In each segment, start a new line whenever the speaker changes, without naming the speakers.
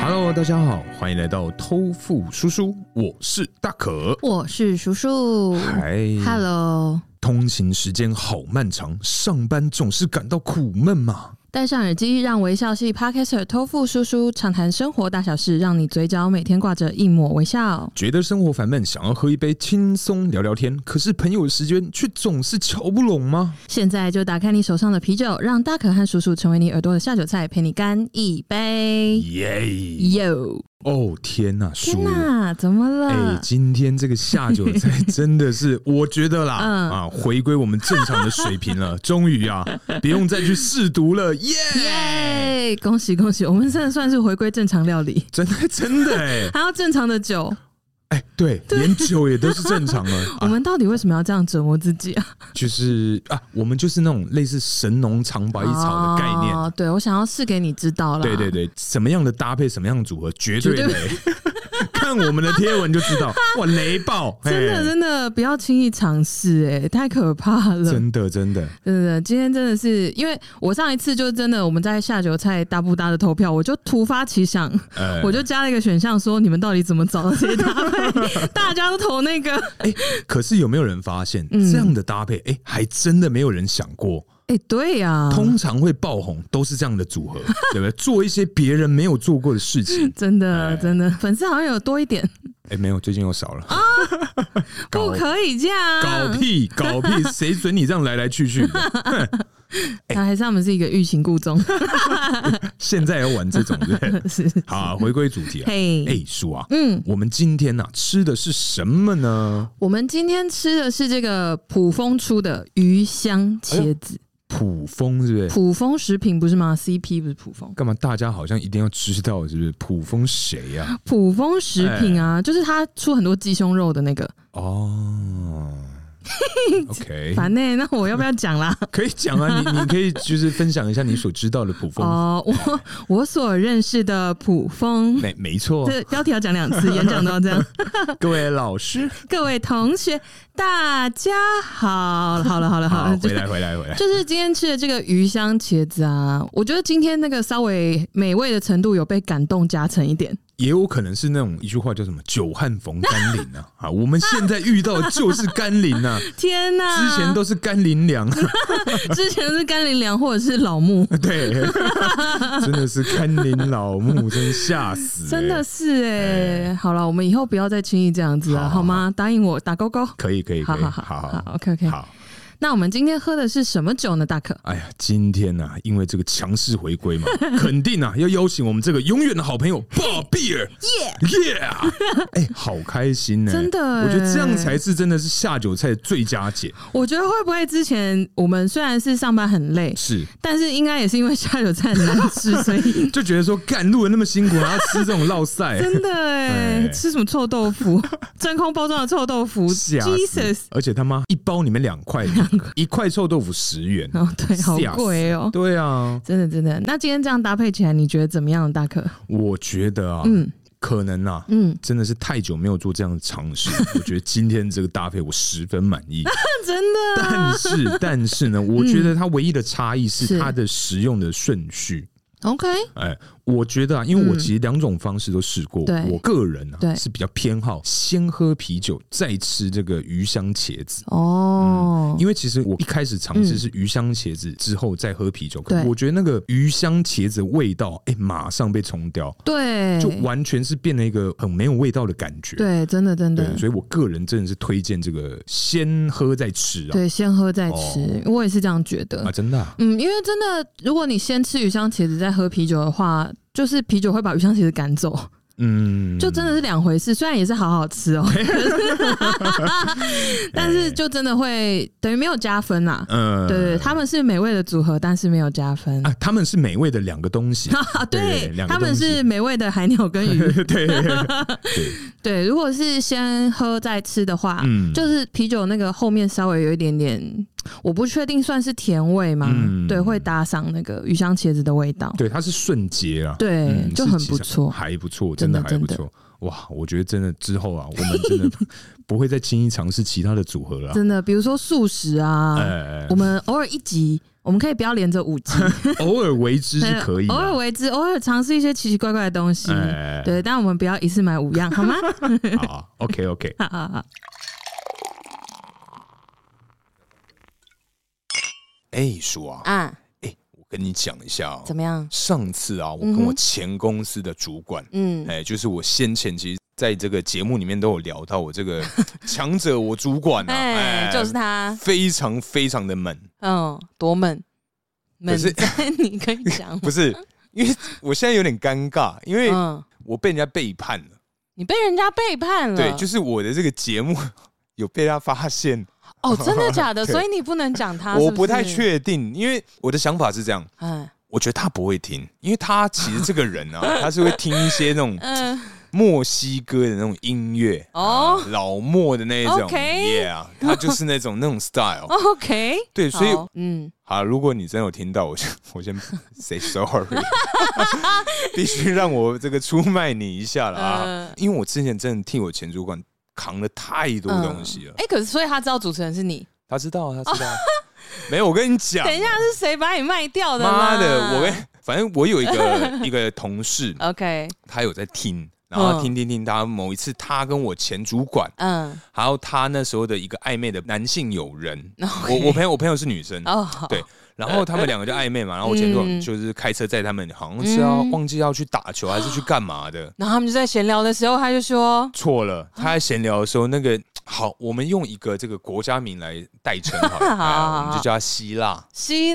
Hello，大家好，欢迎来到偷富叔叔，我是大可。
我是叔叔。
嗨
Hello，
通勤时间好漫长，上班总是感到苦闷嘛。
戴上耳机，让微笑系 Podcaster 偷富叔叔畅谈生活大小事，让你嘴角每天挂着一抹微笑。
觉得生活烦闷，想要喝一杯轻松聊聊天，可是朋友的时间却总是瞧不拢吗？
现在就打开你手上的啤酒，让大可和叔叔成为你耳朵的下酒菜，陪你干一杯。
耶、
哟，
哦天呐，
天
叔，
哪，怎么了？
哎、今天这个下酒菜真的 是，我觉得啦，
嗯
啊，回归我们正常的水平 了，终于啊，不用再去试毒了，耶、哎
耶！哎恭喜恭喜，我们现在算是回归正常料理，
真的真的哎、
还要正常的酒。
哎、对，连酒也都是正常的。
我
啊
们到底为什么要这样折磨自己啊？
就是啊，我们就是那种类似神农尝百啊草的概念。
哦、对，我想要试给你知道了。
对对对，什么样的搭配，什么样的组合，绝对
绝对
雷。看我们的贴文就知道，哇，雷爆！
真的
嘿
真的不要轻易尝试，哎，太可怕了！
真
真
的真的，
的，今天真的是，因为我上一次就真的我们在下酒菜搭不搭的投票，我就突发奇想，
呃，
我就加了一个选项，说你们到底怎么找到这些搭配？大家都投 那个，
可是有没有人发现
嗯
这样的搭配？哎，还真的没有人想过。
哎、对呀、
通常会爆红都是这样的组合，对不对？做一些别人没有做过的事情。
真的
哎
真的，粉丝好像有多一点，
哎，没有，最近又少了。
不
搞
可以这样，
搞屁搞屁，谁准你这样来来去去的？哎
那、还是他们是一个欲擒故纵，
现在要玩这种的。
是
好啊、回归主题了。
嘿，
哎，叔啊，
嗯，
我们今天呢、吃的是什么呢？
我们今天吃的是这个普丰出的鱼香茄子。
普丰是不是？
普丰食品不是吗？CP 不是普丰，
干嘛大家好像一定要知道是不是？普丰谁啊呀、
普丰食品
哎
啊，就是它出很多鸡胸肉的那个。
哦 ，OK，
烦呢、欸那我要不要讲 啦？
可以讲啊，你你可以就是分享一下你所知道的普丰。
哦，我我所认识的普丰，
没没错，
这标题要讲两次，演讲都要这 样。
各位老师，
各位同学，大家好，好了好了好
好
了，，就
回
是
来回来回来，
就是今天吃的这个鱼香茄子啊，我觉得今天那个稍微美味的程度有被感动加成一点。
也有可能是那种一句话叫什么“久旱逢甘霖”啊，啊，我们现在遇到的就是甘霖 啊，
天哪！
之前都是甘霖粮，
之前是甘霖粮或者是老木，
对，真的是甘霖老木，真吓死、欸，
真的是哎、好了，我们以后不要再轻易这样子了，
好
好吗？答应我，打勾勾。
可以，可以，可
好
以，
好
好
好
好
好，OK OK。
好
那我们今天喝的是什么酒呢？大可，
哎呀，今天呢、啊，因为这个强势回归嘛，肯定啊要邀请我们这个永远的好朋友鲍比尔，耶耶！哎，好开心呢、
真的
我
欸
觉得这样才是真的是下酒菜的最佳解，
我觉得会不会之前我们虽然是上班很累，
是
但是应该也是因为下酒菜很难吃，所以
就觉得说干录的那么辛苦，还要吃这种 烙赛，
真的哎、
哎
吃什么臭 豆腐，真空包装的臭豆腐
吓死
，Jesus！
而且他妈一包里面两块，一块臭豆腐十元，
哦，对，好
吓死
贵哦、
对 啊，
真的真的。那今天这样搭配起来，你觉得怎么样，大可？
我觉得啊，
嗯
可能啊，
嗯，
真的是太久没有做这样的尝 试，我觉得今天这个搭配我十分满意。
真的
但是，但是呢，我觉得它唯一的差异是
嗯是
它的食用的顺序。
OK，
哎，我觉得啊，因为我
嗯
其实两种方式都试过，
对
我个人啊
对
是比较偏好先喝啤酒，再吃这个鱼香茄子。
哦，
嗯因为其实我一开始尝试
嗯
是鱼香茄子之后再喝啤酒，可
对
我觉得那个鱼香茄子的味道，哎、马上被冲掉，
嗯
对，
就完全是变了一个很没有味道的感觉。
对，真的真
对，
的，
所以我个人真的是推荐这个先喝再吃啊，
对，先喝再
哦
吃，我也是这样觉得
啊，。真的、啊，
嗯，因为真的，如果你先吃鱼香茄子再喝啤酒的话，就是啤酒会把鱼香茄子赶走，
嗯，
就真的是两回事。虽然也是好好吃 哦，可 是但是就真的会等于没有加分啦。
哎嗯，
对对，他们是美味的组合，但是没有加分。
啊，他们是美味的两个东 西，
啊，
对
对
两，个
他们
东西
是美味的海鸟跟鱼。
对对
对，如果是先喝再吃的话，
嗯
就是啤酒那个后面稍微有一点点，我不确定算是甜味吗？
嗯
对，会搭上那个鱼香茄子的味道。
对，它是瞬捷啊，
对
嗯
就是很
其
不
实
错
还不错，
真
真的
的
还不
真的
错。哇，我觉得真的之后啊，我们 真的不会再轻易尝试其他的组合了啊。
真的，比如说素食啊，
呃
我，们偶尔一集，我们可以不要连着 五集，
偶尔为之是可以的，啊
偶尔为之，偶尔尝试一些奇奇怪怪的东西。
哎
对，但我们不要一次买五样，好 吗？
好，OK OK，
好好好
哎，叔啊，
啊，
哎，我跟你讲一下哦，
怎么样？
上次啊，我跟我前公司的主管，
嗯，
哎，就是我先前其实在这个节目里面都有聊到我这 个强者，我主管啊，
哎，就是他，
非常非常的猛，
嗯，多闷，闷
是
在你可以 讲，
不 是，因为我现在有点尴尬，因为
嗯，
我被人家背叛了，
你被人家背叛了，
对，就是是我的这个节目有被他发现，
哦，真的假的？
对
所以你不能讲
我
他，啊是
不
不
太
是，
确定，因为我的想法是这样。
嗯
我觉得他不会听，因为他其实这个人 啊，他是会听一些那种
嗯，
墨西哥的那种音乐，
哦
老莫的那一种
OK 哦
，Yeah，他就是那种那种 style。
，OK，
对，所以
好嗯，
好，如果你真有听到，我先 我先 say sorry，必须让我这个出卖你一下了啊
嗯！
因为我之前真的替我前主管扛了太多东西了，
哎，可是所以他知道主持人是你，
他知道，他知道。 没有，我跟你讲，
等一下是啊谁把你卖掉的啦？
妈的，我跟反正我有一个 一个同事，
OK，
他有在听，然后听听听，他某一次他跟我前主管。
嗯，
还有他那时候的一个暧昧的男性友人，
OK
我我朋友我朋友是女生，
哦，
对，然后他们两个就暧昧嘛，然后我前段
嗯
就是开车载他们，好像是要忘记要去打球还是去干嘛的，
然后他们就在闲聊的时候，他就说，
错
啊
了。他在闲聊的时候，那个好，我们用一个这个国家名来代称好 了，
好
哎
好
我们就叫她希腊。
希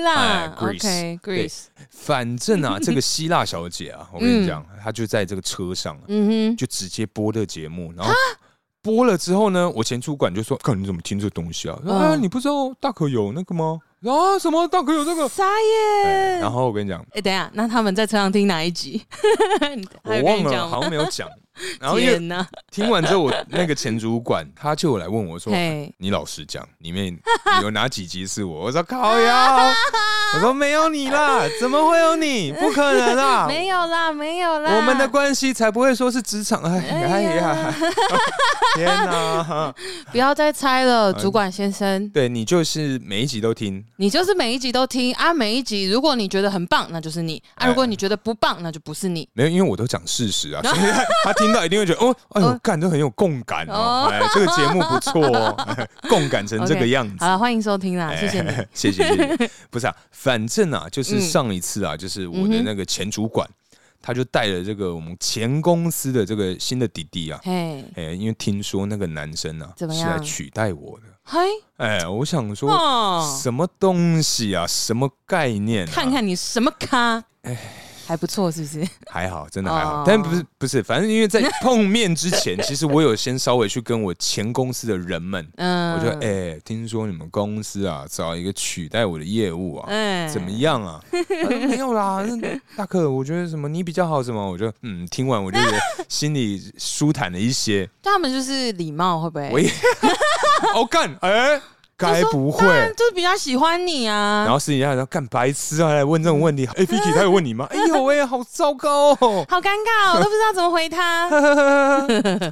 哎
腊
，Greece，对
，OK，Greece，
反正 啊，这个希腊小姐啊，我跟你讲，她就在这个车上啊，
嗯啊
就直接播的节目，然后。播了之后呢，我前主管就说：“看你怎么听这东西啊？我说
嗯
啊，你不知道大可有那个吗？啊，什么大可有这个
哼，？撒耶。
然后我跟你讲，
哎，等一下，那他们在车上听哪一集？
我
还有跟
忘
你
了，
讲吗
好像没有 讲。然后因为
天哪，
听完之后，我那个前主管他就有来问我说
嘿：“
你老实讲，里 面有哪几集是我？”我说：“靠呀！”我说：“没有你啦，怎么会有你？不可能啦！
没有啦，没有啦，
我们的关系才不会说是职场。”哎哎呀， 天哪！
不要再猜了，
哎
主管先生，
对你就是每一集都听，
你就是每一集都听啊，每一集如果你觉得很棒，那就是你啊；
哎
如果你觉得不棒，那就不是你。
没有，因为我都讲事实 啊，所以他他听到一定会觉得哦，哎呦，干都很有共感哦，哎，这个节目不错哦， 哎共感成这个
OK，
样子哎
好。了，欢迎收听啦，谢 谢你。
谢谢谢谢，不是啊，反正啊，就是
嗯
上一次啊，就是我的那个前主管，他就带了这个我们前公司的这个新的弟弟啊，
嘿，
哎、因为听说那个男生啊
怎么
是
样
来取代我的，
嘿，
哎、我想说、
哦，
什么东西啊，什么哎概念、啊？
看看你什么咖，还不错，是不是？
还好，真的还好，
哦
但不是不是，反正因为在碰面之 前，其实我有先稍微去跟我前公司的人们，
嗯，
我就哎、听说你们公司啊找一个取代我的业务啊，
哎
怎么样啊？他说没有啦，那大可，我觉得什么你比较好，什么我就嗯，听完我就觉得心里舒坦了一些。
他们就是礼貌，会不
我
会？
也哦干，哎、该不会？
就是比较喜欢你啊
然。后私底下说干白痴啊，还来问这种问题。哎、v i c k y 他有问你吗？哎呦喂，好糟糕哦！
好尴尬、哦，我都不知道怎么回他。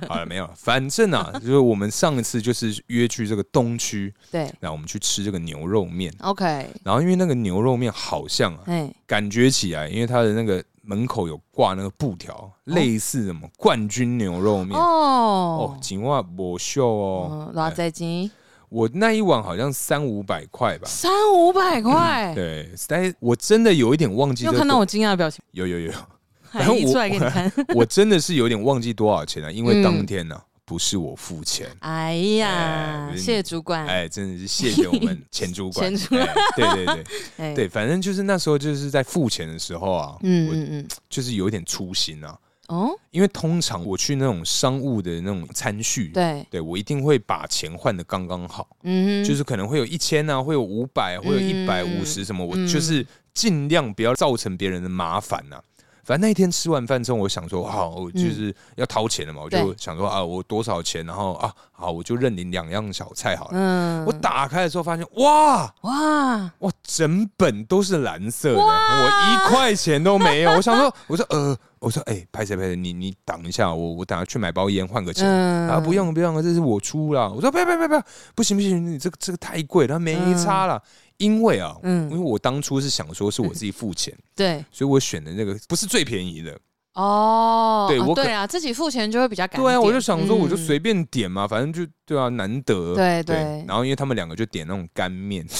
好了，没有，反正啊，就是我们上一次就是约去这个东区，
对
然后我们去吃这个牛肉面，
，OK，
然后因为那个牛肉面好像啊，
哎，
感觉起来，因为它的那个门口有挂那个布条，
哦
类似什么冠军牛肉面。哦
哦，，
锦袜博秀哦
嗯，，老仔金
我那一碗好像三五百块吧，
三五百
嗯
块，
对，但我真的有一点忘记这
你有
个多，
看到我惊讶的表情，
有有 有，
还
后
移
我
出来给 你看。
我真的是有点忘记多少钱了、啊因为
嗯
当天呢、不是我付钱，
哎
哎
呀
不，是你
谢谢主管，
哎，真的是谢谢我 们前主管，
前主管
哎对对对
哎，
对，反正就是那时候就是在付钱的时候啊，
嗯
我
嗯嗯，
就是有点粗心啊，
哦，
因为通常我去那种商务的那种餐叙，
对，
对我一定会把钱换的刚刚好，
嗯哼，嗯
就是可能会有一千啊，会有五百，会有一百五十什么，我就是尽量不要造成别人的麻烦呐、反正那一天吃完饭之后，我想说，好，我就是要掏钱了嘛，我就
嗯对
想说啊，我多少钱，然后啊，好，我就认领两样小菜好了。
嗯
我打开的时候发现，哇
哇，
哇，整本都是蓝色的，我一块钱都没有。我想说，我说呃，我说哎，拍谁拍谁，你你挡一下，我我等下去买包烟换个钱。
嗯
啊，不用不用，这是我出啦。我说不要不要不要不要，不行不行，你这个这个太贵了，他没差啦。因为啊，
嗯
因为我当初是想说是我自己付钱，
对
所以我选的那个不是最便宜的。
哦，
对
啊
我可
对啊，自己付钱就会比较敢点。
对啊，我就想说我就
嗯
随便点嘛，反正就对啊，难得。
对
对
对啊
然后因为他们两个就点那种干面，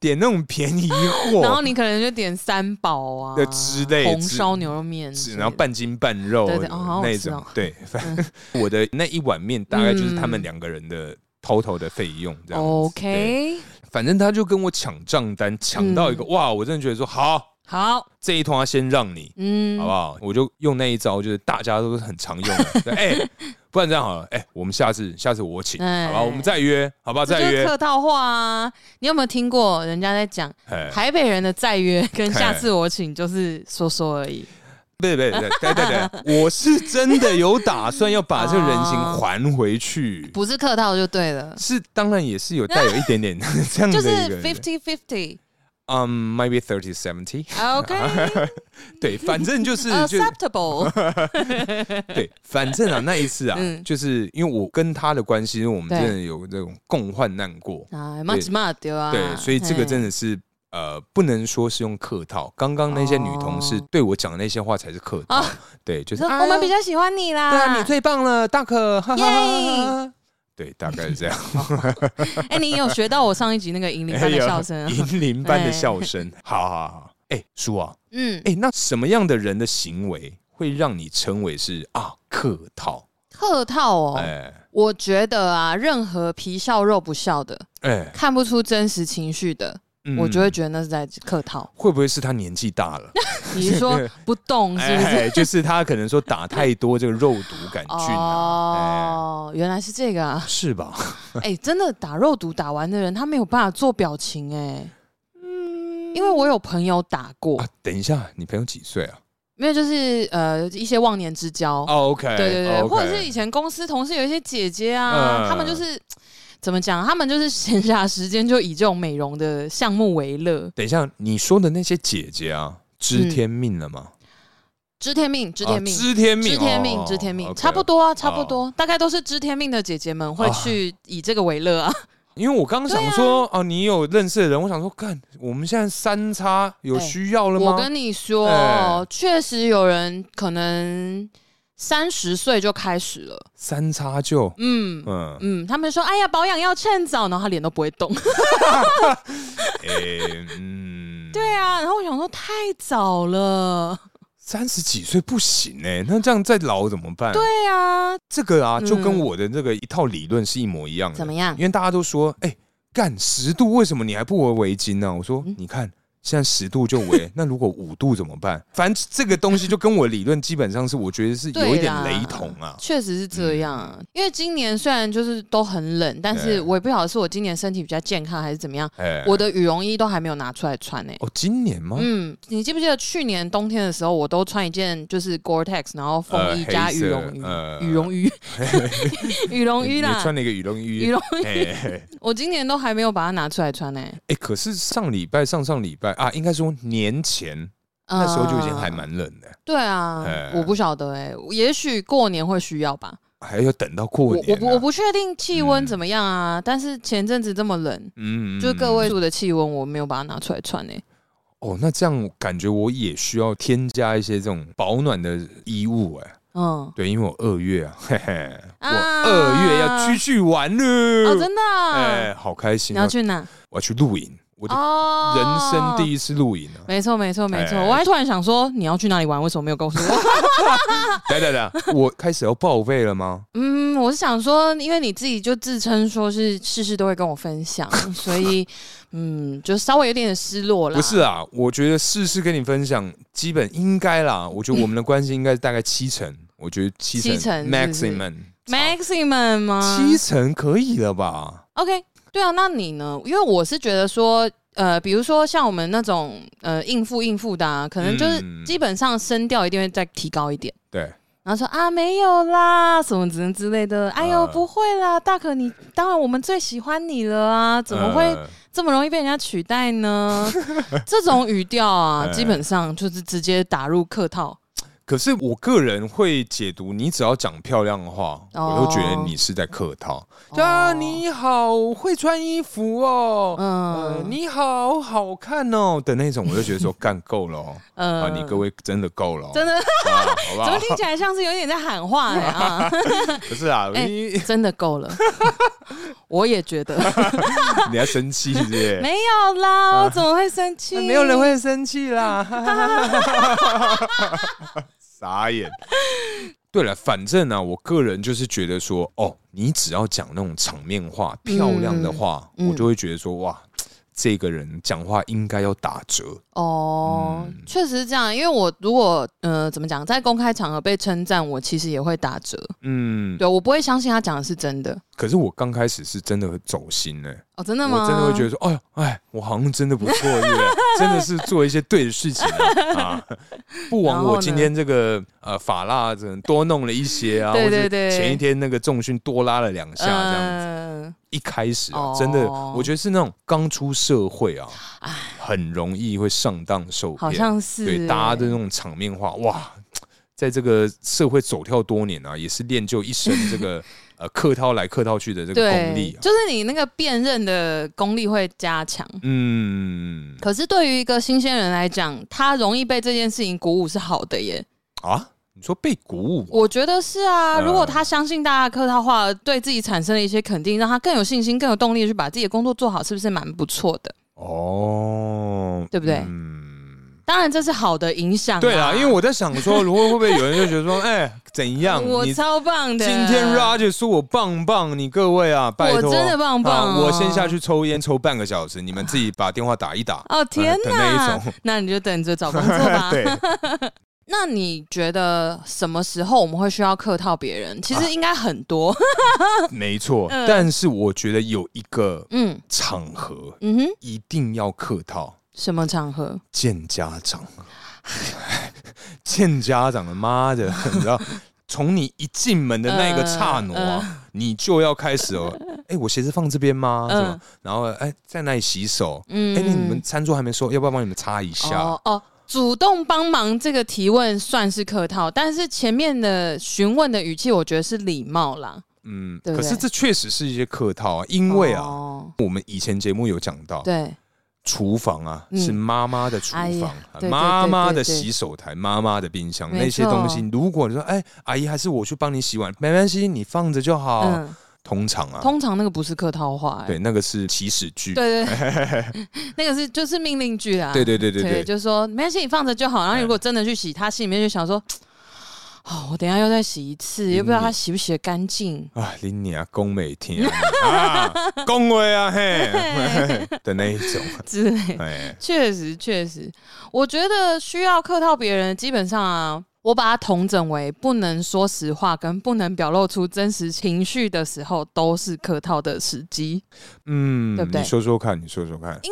点那种便宜货，
然后你可能就点三宝啊，
对之类
红
之
烧牛肉面之类的，
然后半斤半肉
对对哦好好
那
吃
种
哦。嗯
对，反正 我的那一碗面大概就是他们两个人的。偷偷的费用这样子对
OK，
反正他就跟我抢账单，抢到一
嗯
个、哇！我真的觉得说好，
好，
这一通他先让你，
嗯，
好不好？我就用那一招，就是大家都是很常用 的。对哎、不然这样好了，哎、我们下次下次我请，
哎
好吧？我们再约，好吧？
这就
再
是
约
客，套话啊。你有没有听过人家在讲
哎，
台北人的再约跟下次我请就是说说而已？
对对对对对 对，我是真的有打算要把这个人情
哦
还回去。
不是客套就对了，
是，当然也是有带有一点点 这样的
就是
一个
fifty fifty。
嗯、m a y b e thirty seventy，
OK，
对，反正啊就是
呃
就
acceptable。
对，反正啊那一次啊，就是因为我跟他的关系，因为我们
嗯对
真的有这种共患难过，
哎，嘛起嘛对啊。
对，所以这个真
的
的是呃，不能说是用客套。刚刚那些女同事
哦
对我讲的那些话才是客套，
哦
对，就是
说
哎
我们
呀
比较喜欢你啦。
对啊，你最棒了，大可，哈哈哈哈哈
耶
哈。对，大概是 这样。
哎，你有学到我上一集那个引领
哎
般的笑声啊？
银铃般的
哎
笑声，好好好。哎，叔啊，
嗯，
哎，那什么样的人的行为会让你称为是啊客套？
客套哦，
哎
我觉得啊，任何皮笑肉不笑的，
哎，
看不出真实情绪的，
嗯
我就会觉得那是在 客套。
会不会是他年纪大 了？
你是说不动是不是？
哎，就是他可能说打太多这个肉毒杆菌啊，
哦，原来是这个啊
哎！是吧？
哎，真的打肉毒打完的人，他没有办法做表情哎。因为我有朋友打过
嗯啊，，等一下，你朋友几岁啊？
没有就是呃一些忘年之交，
哦，OK，
对对对，
OK
或者是以前公司同事有一些姐姐啊，
嗯
她们就是怎么讲，她们就是闲暇时间就以这种美容的项目为乐，
等一下，你说的那些姐姐啊，知天命了吗？
知天命，嗯知天命。
啊知天命，
知天
哦
命，知天命，
OK 哦
差不多啊，差不多，大概都是知天命的姐姐们会
啊
去以这个为乐啊。
因为我刚想说，哦，你有认识的人，我想说，看我们现在三叉有需要了吗？
我跟你说
哎，
确实有人可能三十岁就开始了，
三叉就，
嗯
嗯，
嗯，他们说，哎呀，保养要趁早，然后他脸都不会 动。
诶，嗯，
对啊，然后我想说太早了。
三十几岁不行哎，那这样再老怎么办？对，
对啊，
这个啊，
嗯
就跟我的这个一套理论是一模一样的。
怎么样
因为大家都说，哎，干十度，为什么你还不围围巾呢？我
嗯
说，你看。现在十度就围，那如果五度怎么办？反正这个东西就跟我理论基本上是，我觉得是有一点
对啦
雷同啊。 嗯
确实是这样啊、因为今年虽然就是都很冷，但是
对
我也不晓得是我今年身体比较健康还是怎么样，
哎，
我的羽绒衣都还没有拿出来穿呢、
哦，今年吗？
嗯，你记不记得去年冬天的时候，我都穿一件就是 Gore-Tex，然后风衣
呃
加
黑
羽
色
绒衣
呃，
羽 绒衣，羽绒衣
你
啦
穿，了一个羽绒衣。
羽绒
衣。哎、哎
我今年都还没有把它拿出来穿呢、
哎可是上礼拜、上上礼拜啊，应该说年前那时候就已经还
嗯
蛮冷的，
对啊，
哎
我不晓得哎、也许过年会需要吧。
还要等到过
我
年、啊
我不我不确定气温
嗯
怎么样啊，但是前阵子这么冷，
嗯，嗯
就是各
嗯
位数的气温，我没有把它拿出来穿呢、
哦，那这样感觉我也需要添加一些这种保暖的衣物哎、
嗯，
对，因为我二月啊，嘿嘿，
啊
我二月要出去玩了，
哦，真的啊、
哎、好开
你
心、啊！
要去哪？
我要去露营，我的
哦，
人生第
一。
一次露营啊！
没错，没错，没错。
哎
我还突然想说，你要去哪里玩？为什么没有告诉 我？
等等等，我开始要报备了吗？
嗯，我是想说，因为你自己就自称说是事事都会跟我分享，所以嗯，就稍微有点失落啦。
不是啊，我觉得事事跟你分享，基本应该啦。我觉得我们的关系应该是大概七成，我觉得七成
七成是不是
maximum
maximum 吗？
七成可以了吧？
OK，对啊，那你呢？因为我是觉得说，呃，比如说像我们那种呃应付应付的、啊，可能就是
嗯
基本上声调一定会再提高一点。
对，
然后说啊，没有啦，什么之类之类的。哎呦，
呃
不会啦，大可你当然我们最喜欢你了啊，怎么会
呃
这么容易被人家取代 呢？这种语调啊，
呃
基本上就是直接打入客套。
可是我个人会解读，你只要讲漂亮的话，
哦
我都觉得你是在客套。
哦
啊，你好会穿衣服哦，呃，
嗯，
你好好看哦的那种，我就觉得说干够了哦，
呃
啊，你各位真的够了哦，
真的
啊好不
怎么
好？
听起来像是有点在喊话 哎、啊？
不是啊，
哎
你
真的 够了，我也觉得。
你要生气是不是？
没有
啊
啦，我怎么会生气？
没有人会生气啦，哈哈哈哈哈哈傻眼。对了，反正呢、我个人就是觉得说，哦，你只要讲那种场面话、漂亮的话，
嗯
我就会觉得说，哇，这个人讲话应该要打折。
哦，
嗯
确实是这样。因为我如果呃怎么讲，在公开场合被称赞，我其实也会打折。
嗯，
对我不会相信他讲的是真的。
可是我刚开始是真的很走心呢、欸
哦，真的吗？
我真的会觉得说，哎呦，哎，我好像真的不错，对不对？ 真的是做一些对的事情啊，啊不枉
然后
我
呢
今天这个呃法拉这多弄了一些啊，
对
或者
对对
前一天那个重训多拉了两下这样子。
嗯，
一开始啊
哦，
真的，我觉得是那种刚出社会啊，很容易会上当受骗，
好像是
对大家的那种场面话，哇。在这个社会走跳多年啊，也是练就一身这 个呃客套来客套去的这个功
对
力、啊，
就是你那个辨认的功力会加强。
嗯
可是对于一个新鲜人来讲，他容易被这件事情鼓舞是好的耶。
啊，你说被鼓舞啊，
我觉得是啊，
呃
如果他相信大家的客套话，对自己产生了一些肯定，让他更有信心、更有动力地去把自己的工作做好，是不是蛮不错的？
哦，
对不对
嗯，
当然，这是好的影响、
对
啊，
啦，因为我在想说，如果会不会有人就觉得说，哎、怎样？
我
你今
超棒的。
天 Roger 说我棒棒，你各位啊，拜托，
我真的棒棒
啊
哦
我先下去抽烟抽半个小时，你们自己把电话打一打。
哦天
呃的那
哪，
一种
那你就等着找工作吧。
对，
那你觉得什么时候我们会需要客套别人？其
啊
实应该很多。
没错。
嗯
但是我觉得有一个
嗯
场合
嗯哼，
一定要客套，
什么场合？
见家长， 见家长的妈的，你知道，从你一进门的那个刹那
嗯
啊，你就要开始 哦。哎，我鞋子放这边吗？
嗯
什么？然后哎，在那里洗手。
嗯，
哎，那你们餐桌还没收，要不要帮你们擦一下？
哦哦，主动帮忙这个提问算是客套，但是前面的询问的语气，我觉得是礼貌啦。
嗯，
对
可
不对
是这确实是一些客套啊，因为啊，哦
哦、
我们以前节目有讲到，
对，
厨房啊
嗯
是妈妈的厨
哎呀
房啊
对对对，
妈妈
对
的
对
洗手台，妈妈的冰箱
没错
那些东西，如果你说哎，阿姨还是我去帮你洗碗，没关系，你放着就好。
嗯，
通常啊，
通常那个不是客套话、
哦
哎
对，那个是起始句。
对啊对 对，那个是就是命令句啦。
对对对对对
就是说没关系，你放着就好。然后
哎
如果真的去洗，他心里面就想说。哦，我等一下又再洗一次，又不
嗯
知道他洗不洗得干净。
啊，林你啊， 公美听啊，恭维啊 嘿的那一种，
之类的。
哎，
确实，确实，我觉得需要客套别人，基本上啊，我把它统整为不能说实话跟不能表露出真实情绪的时候，都是客套的时机。
嗯
对，不对
你说说看，你说说看，
对，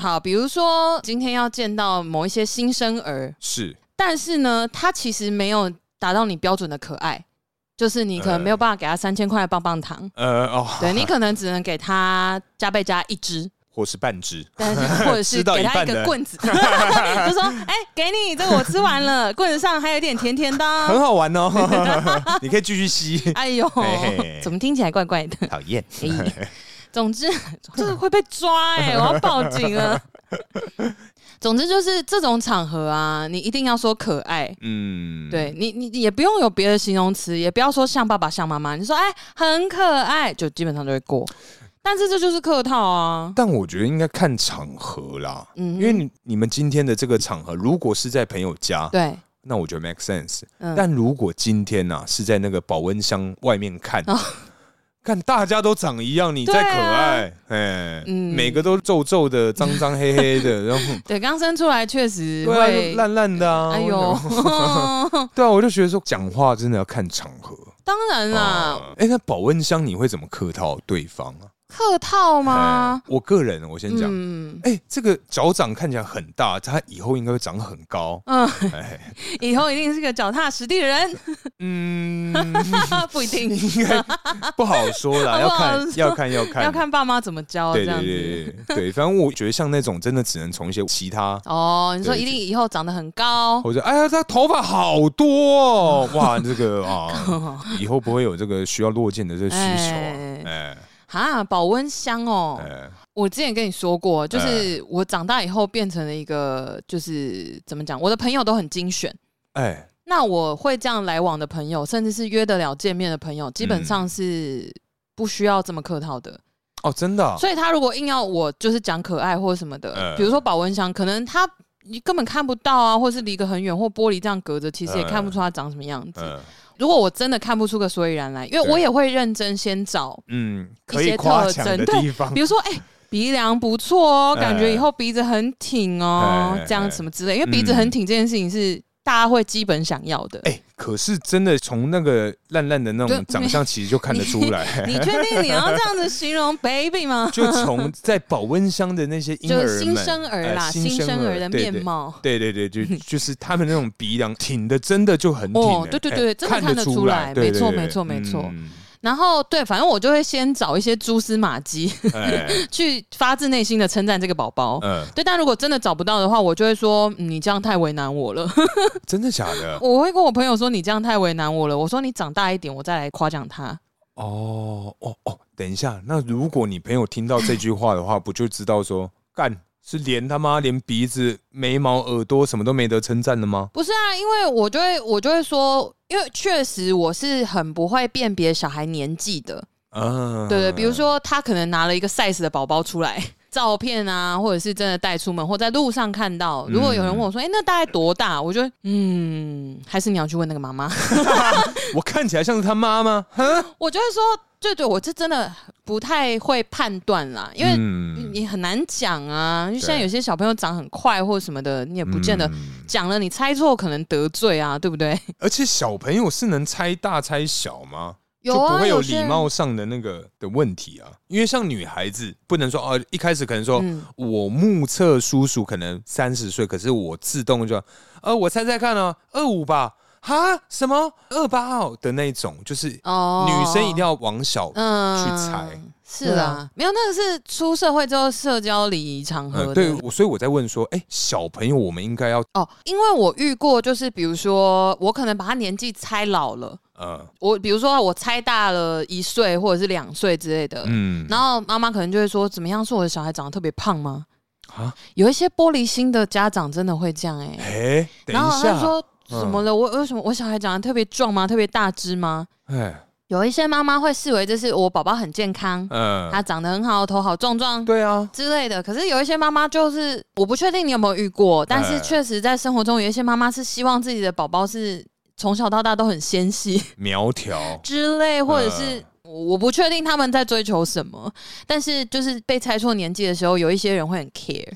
好，比如说今天要见到某一些新生儿，
是
但是呢，他其实没有达到你标准的可爱，就是你可能没有办法给他三千块的棒棒糖。
呃哦，
对你可能只能给他加倍加一只，
或是半只，
但是或 者
吃
是
到
给
一
他
半
一个
的
棍子，就说：“哎、给你这个我吃完了，棍子上还有一点甜甜的
很
哦。
好玩哦， 你可以继续吸”，
哎呦
嘿嘿，
怎么听起来怪怪的？
讨厌，
哎总之，这个会被抓哎、我要报警了。总之就是这种场合啊，你一定要说可爱。
嗯，
对你，你你也不用有别的形容词，也不要说像爸爸像妈妈，你说哎、很可爱，就基本上就会过。但是这就是客套啊，
但我觉得应该看场合啦，
嗯
因为你你们今天的这个场合，如果是在朋友家，
对，
那我觉得 make sense。
嗯哦
但如果今天呢、啊、是在那个保温箱外面看， 看大家都长一样，你再可爱，哎、
嗯
每个都皱皱的、脏脏黑黑 的，然后
对，刚生出来确实
对
会
啊，，烂烂的啊，
哎
然
呦
后， 对啊，我就觉得说讲话真的要看场合。
当然啦，
啊，哎、那保温箱你会怎么客套对方啊？
客套吗
哎？我个人，我先讲，
嗯
哎、这个脚掌看起来很大，它以后应该会长很 高。
嗯，
哎，
以后一定是个脚踏实地的人，
嗯，
不一定
应该不好说啦，要
不好
看
说
要看要 看
要看爸妈怎么教啊
对
这样
对
子。
对对对，反正我觉得像那种真的只能从一些其他，
哦，你说
对
一定以后长得很高，
或者哎呀，他头发好多、哦，哇，这 个啊，以后不会有这个需要落剑的这个需求啊
哎，
哎
哈，保温箱哦，
哎，
我之前跟你说过，就是我长大以后变成了一个，就是怎么讲，我的朋友都很精选。
哎，
那我会这样来往的朋友，甚至是约得了见面的朋友，基本
嗯
上是不需要这么客套的。
哦，真的啊、
所以他如果硬要我就是讲可爱或什么的，
嗯
比如说保温箱，可能他你根本看不到啊，或是离个很远，或玻璃这样隔着，其实也
嗯
看不出他长什么样子。
嗯
如果我真的看不出个所以然来，因为
对
我也会认真先找
嗯，
一
可以
些
夸
特
奖
征
的
对
地方
比，如说，哎、鼻梁不错哦，感觉以后鼻子很挺哦
哎哎，
这样
哎
什么之类。因为鼻子很挺这件事情是大家会基本想要的。
哎、可是真的从那个烂烂的那种
对
长相，其实就看得出
你
来，
确定你要这样子形容 baby 吗？
就从在保温箱的那些婴
就
儿
是新
们
生儿
哎
啦，
新
生儿的
对
面
对
貌。
对对对，就就是他们那种鼻梁挺的，真的就很挺、
哦
欸
对对
哎
对真的
看
看
得
得
出
出来
对
没错
对对
没错没错
嗯
然后对，反正我就会先找一些蛛丝马迹
哎，
去发自内心的称赞这个宝宝。
嗯，
对，但如果真的找不到的话，我就会说、嗯你这样太为难我了。
真的假的？
我会跟我朋友说你这样太为难我了。我说你长大一点，我再来夸奖他。
哦哦哦，等一下，那如果你朋友听到这句话的话，不就知道说干是连他妈连鼻子、眉毛、耳朵什么都没得称赞的吗？
不是啊，因为我就会我就会说，因为确实我是很不会辨别小孩年纪的，
啊，
对对，比如说他可能拿了一个 size 的宝宝出来， 照片啊，或者是真的带出门，或在路上看到，如果有人问我说，哎、那大概多大？我就会嗯，还是你要去问那个妈 妈，
我看起来像是他妈吗？
我就会说，对对，我这真的不太会判断啦，因为
嗯
你很难讲啊，因为现在
对
有些小朋友长很快或什么的，你也不见得。
嗯
讲了，你猜错可能得罪啊，对不对？
而且小朋友是能猜大猜小吗？
有
就
啊，
不会有
些
礼
人
貌上的那个的问题啊。因为像女孩子不能说哦、一开始可能说、
嗯
我目测叔叔可能三十岁，可是我自动就呃我猜猜看哦，二五吧，哈什么二八哦的那种，就是
哦
女生一定要往小去
嗯
猜。
是
对
啊
啊，
没有那个是出社会之后社交礼仪场合
嗯，
的。
对，我所以我在问说，哎、小朋友，我们应该要
哦，因为我遇过，就是比如说我可能把他年纪猜老了，
呃，
我比如说我猜大了一岁或者是两岁之类的，
嗯，
然后妈妈可能就会说，怎么样是我的小孩长得特别胖吗？
啊，
有一些玻璃心的家长真的会这样哎、
哎、等
然后
一
他
下，嗯
就说怎么了？我为什么我小孩长得特别壮吗？特别大只吗？
哎，
有一些妈妈会视为这是我宝宝很健康，
嗯、
他长得很好，头好壮壮，
对啊，
之类的。可是有一些妈妈就是，我不确定你有没有遇过，
哎
但是确实在生活中有一些妈妈是希望自己的宝宝是从小到大都很纤细
苗条，
之类，或者
嗯
是。我我不确定他们在追求什么，但是就是被猜错年纪的时候，有一些人会很 care。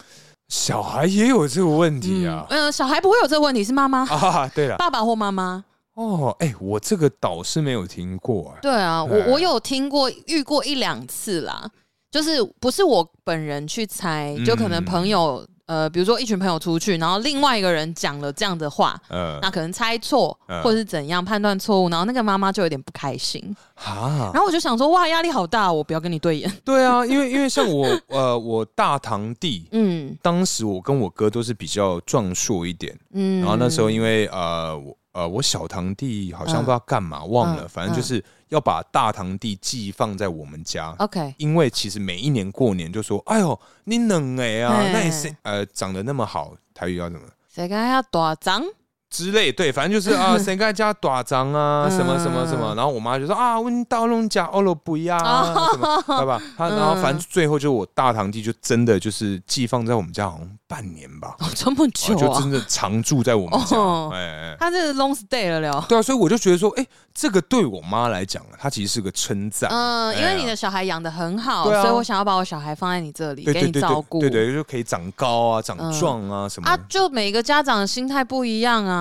小孩也有这个问题
嗯
啊，。
呃，小孩不会有这个问题，是妈妈、
啊，对了，
爸爸或妈妈。
哦，哎、我这个倒是没有听过、哎，
对啊，
哎
我我有听过遇过一两次啦，就是不是我本人去猜，就可能
嗯
朋友、呃，比如说一群朋友出去，然后另外一个人讲了这样的话，
呃，
那可能猜错
嗯
或者是怎样判断错误，然后那个妈妈就有点不开心。
哦哈，
然后我就想说，哇，压力好大，我不要跟你对眼。
对啊，因为因为像 我，呃，我大堂弟。
嗯
当时我跟我哥都是比较壮硕一点，
嗯。
然后那时候因为呃我呃我小堂弟好像不知道干嘛、忘了，
嗯嗯
反正就是要把大堂弟寄放在我们家，
，OK，
因为其实每一年过年就说，哎呦你冷哎啊，
嘿
那你谁呃长得那么好，台语要怎么？
谁跟他打仗？ 哦
之类，对，反正就是啊，谁在家打仗
嗯
啊，什么什么什么，然后我妈就说啊，问到弄家欧罗布呀，
哦嗯
什么，对吧？他然后反正最后就我大堂弟就真的就是寄放在我们家，好像半年吧，
哦，这么
啊
久
就
啊
真！的常住在我们家
哦。
哎哎，
他这 long stay 了了，
对啊，所以我就觉得说，哎，这个对我妈来讲，它其实是个称赞。
嗯，因
哎
为
呀
你的小孩养的很好，
对啊
所以我想要把我小孩放在你这里，
对
给
对
你
对
照
对
顾。
对对，就可以长高啊，长
嗯
壮啊什么
啊，就每个家长的心态不一样啊。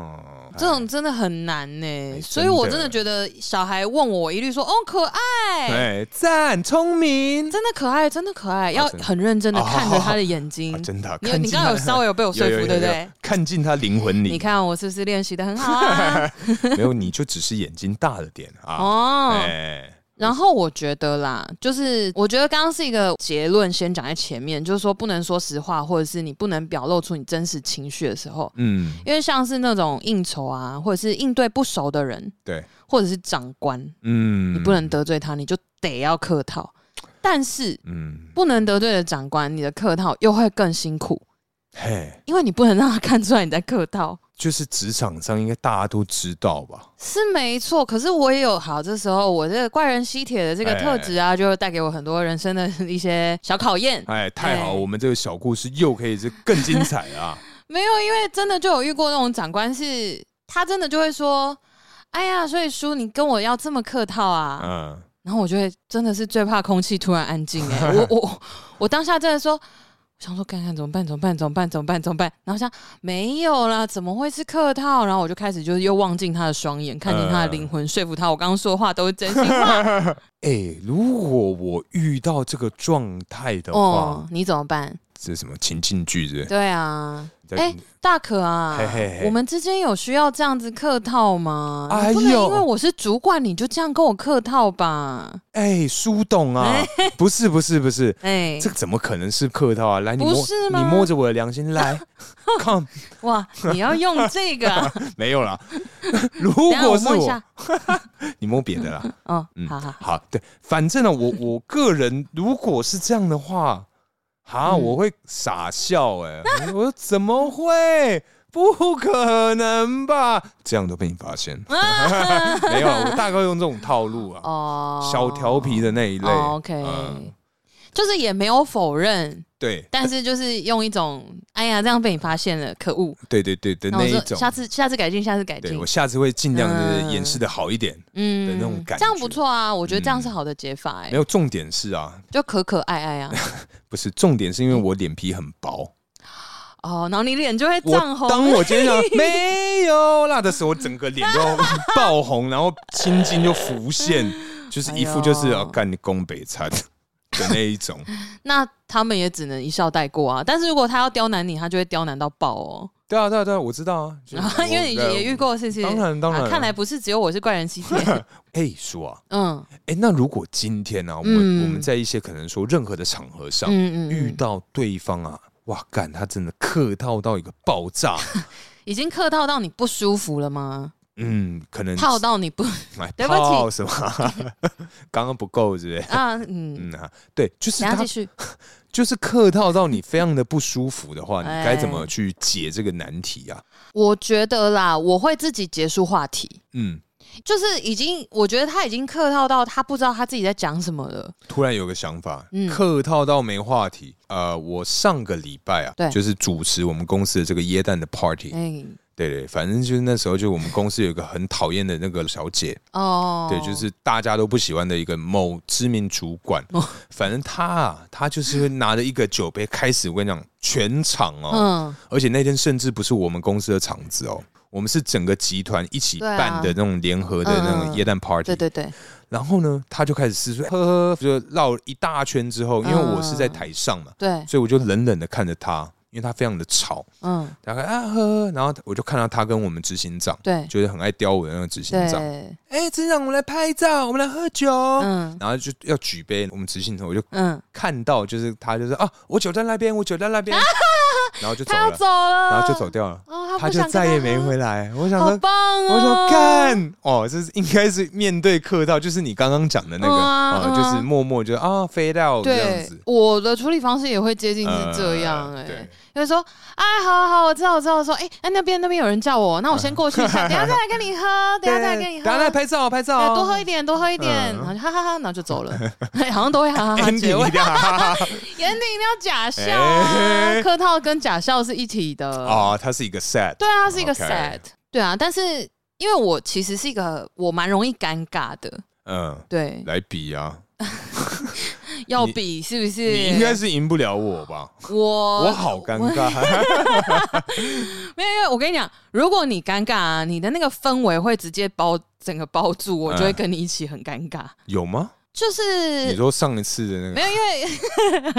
哦
这种真的很难呢、
哎
所以我
真
真
的
的觉得小孩问我，我一律说哦可爱，
哎赞聪明
真的可爱，真的可爱，要
真的
很认真的
啊
看
好
着
好
他的眼睛
啊，。真的啊，
你
看
你
进
刚刚有
他
稍微有被哦我说
有有
服，对不
有有
对？
看进他灵魂里，
你看我是不是练习的很好 啊？
没有你就只是眼睛大了 点啊，
哦，
哎，
然后我觉得啦，就是我觉得刚刚是一个结论，先讲在前面，就是说不能说实话，或者是你不能表露出你真实情绪的时候，
嗯，
因为像是那种应酬啊，或者是应对不熟的人，
对，
或者是长官，
嗯，
你不能，得罪他，你就得要客套。但是
嗯，
不能得罪的长官，你的客套又会更辛苦，
嘿，
因为你不能让他 看出来你在客套。
就是职场上应该大家都知道吧？
是没错，可是我也有好，这时候我这个怪人吸铁的这个特质啊，就带给我很多人生的 一些小考验。
哎，太好，
哎
我们这个小故事又可以是更精彩 啊！
没有，因为真的就有遇过那种长官是，他真的就会说：“哎呀，所以叔，你跟我要这么客套啊。
嗯，
然后我就会真的是最怕空气突然安静哎、我我我我当下真的说。我想说，看看怎么办？怎么办？怎么办？怎么办？怎么办？然后想没有啦，怎么会是客套？然后我就开始就是又望进他的双眼，看见他的灵魂，说服他我刚刚说的话都是真心话。
哎，如果我遇到这个状态的话
哦，，你怎么办？
这是什么情境剧是不是？
对啊，
你在
哎，大可啊，
嘿嘿嘿
我们之间有需要这样子客套吗？
哎
你不能
呦
因为我是主管，你就这样跟我客套吧？
哎，苏董啊，不是不是不是，
哎，
这个怎么可能是客套啊？来，你
不
摸
是
你
吗
摸着我的良心 来，come，
哇，你要用 这个啊？
没有啦。如
等一下
果
我
是
摸一
我
下，，
你摸别的啦。
哦
嗯，
好 好，
好，对，反正呢，我我个人如果是这样的话，哈，
嗯
我会傻笑哎、 我说怎么会？不可能吧？这样都被你发现， 没有啊，我大概用这种套路啊，
哦，
小调皮的那一类。
哦，OK，
嗯
就是也没有否认，
对
但是就是用一种哎呀，这样被你发现了，可恶！
对对对的
然
那
后
一
我
种
说，下次下次改进，下次改
对
进
我。下次会尽量的
嗯
掩饰的好一点。
嗯
的那种感
这样
觉
不错啊，我觉得这样是
嗯
好的解法，哎
没，有，重点是啊，
就可可爱爱啊。
不是重点是因为我脸皮很薄，
哦，然后你脸就会
我
涨红。
当我今天 讲没有啦的时候，我整个脸都爆红，然后青筋就浮 现，就是一副就是
哎呦
要干你宫北餐 的那一 种。
那他们也只能一笑带过啊。但是如果他要刁难你，他就会刁难到爆哦。
对啊，对啊，对啊，我知道啊，就
然后
我
因为你也遇。过，是不是？
当然当然
啊看来不是只有我是怪人 吸铁。
哎，叔啊，
嗯
哎，那如果今天啊呢，我们
嗯
我们在一些可能说任何的场合上
嗯嗯，
遇到对方啊，哇，干他真的客套到一个爆 炸，
已经客套到你不舒服了吗？
嗯，可能
套到 你不
哎
对不起？
泡什么？ 刚刚不够是不是
啊嗯。
嗯啊，对，就是
然后
他
继续，
就是客套到你非常的不舒服的话，你
哎
该怎么去解这个难题啊？
我觉得啦，我会自己结束话题，
嗯，
就是已经，我觉得他已经客套到他不知道他自己在讲什么了。
突然有个想法，
嗯
客套到没话题。呃，我上个礼拜啊，
对
就是主持我们公司的这个椰蛋的 party，、
哎，
对对，反正就是那时候就我们公司有一个很讨厌的那个小姐，
哦，
对，就是大家都不喜欢的一个某知名主管，
哦
反正她啊，她就是会拿着一个酒杯开始，我跟你讲，全场哦，
嗯，
而且那天甚至不是我们公司的场子哦，我们是整个集团一起
对啊
办的那种联合的那种
嗯
椰蛋 party。
对对对，
然后呢，他就开始试说，呵呵，就绕一大圈之后，因为我是在
嗯
台上嘛，
对，
所以我就冷冷的看着他，因为他非常的吵，
嗯，
大概啊呵呵，然后我就看到他跟我们执行长，
对
就是很爱刁我的那个执行长，
对，
哎，执行长，我们来拍照，我们来喝酒，
嗯
然后就要举杯，我们执行长我就
嗯，
看到，就是他就是啊，我酒在那边，我酒在 那边，然后就走
他要
了
走，了，
然后就走。掉了。
嗯哦，
他
他不
就
想跟
再也
他
没
喝
回来。我想
好
说，
棒哦！
我说，干，看哦，这是应该是面对客套，就是你刚刚讲的那个
嗯啊
啊，
嗯啊
就是默默就啊飞到这样
对
子，，呃
我的处理方式也会接近是这样哎、就是说，哎，好好好，我知道，我知道，说，哎、哎，那边那边有人叫我，那我先过去一 下，等一下再来跟你喝，等一下再来跟你喝，
啊等下再拍照拍
对
照，
多喝一点，多喝一点，
嗯
然后就哈哈哈，然后就走了，哎好像都会哈哈 哈
Ending
啊结尾
一，定要哈 哈哈
眼底一定要假笑啊
哎，
客套跟假笑是一体的
哦，它是一个 set，
对啊，是一个
OK
set，对啊，但是因为我其实是一个我蛮容易尴尬的，
嗯，
对，
来比啊，
要比是不是？
你应该是赢不了我吧？
哦我
我好尴尬，
没有，因为我跟你讲，如果你尴尬啊，你的那个氛围会直接包整个包住，我就会跟你一起很尴尬。
有吗？
就是
嗯你说上一次的那
没
个
有，因为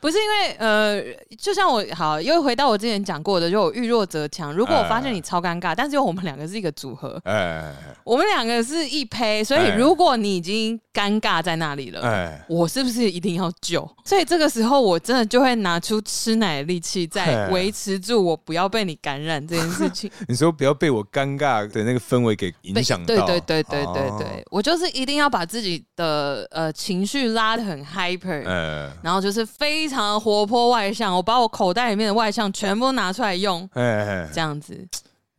不是因为呃，就像我好，又回到我之前讲过的，就我遇弱则强。如果我发现你超尴尬，但是因为我们两个是一个组合，
哎
我们两个是一胚，所以
哎
如果你已经尴尬在那里了，
哎，
我是不是一定要救？所以这个时候，我真的就会拿出吃奶的力气，在
哎
维持住我不要被你感染这件事情。
你说不要被我尴尬的那个氛围给影
被
响
对
到，
对对对对
哦
对，，我就是一定要把自己的呃情绪拉得很 hyper，、
哎
然后就是非常活泼外向，我把我口袋里面的外向全部拿出来用，
哎，
这样子。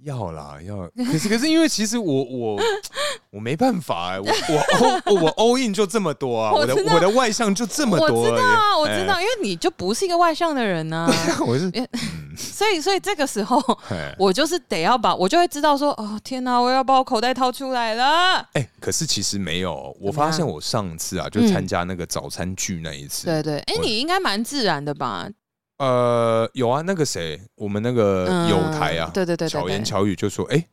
要啦要，可是可是因为其实我我我没办法哎、我我 all 我 all in 就这么多啊，
我
我的
知道
我的外向就这么
我
多
知
而已
道啊，我知道，
哎
因为你就不是一个外向的人呐、啊，
我是嗯
所以所以这个时候。
哎
我就是得要把我就会知道说，哦天哪、我要把我口袋掏出来了。
哎，可是其实没有，哦我
怎么
发
样嗯
现我上次啊，就参加那个早餐剧那一次，
对对，哎、你应该蛮自然的吧？
呃，有啊，那个谁，我们那个
嗯
友台啊，
对对对对
巧
对
言巧语就说，哎，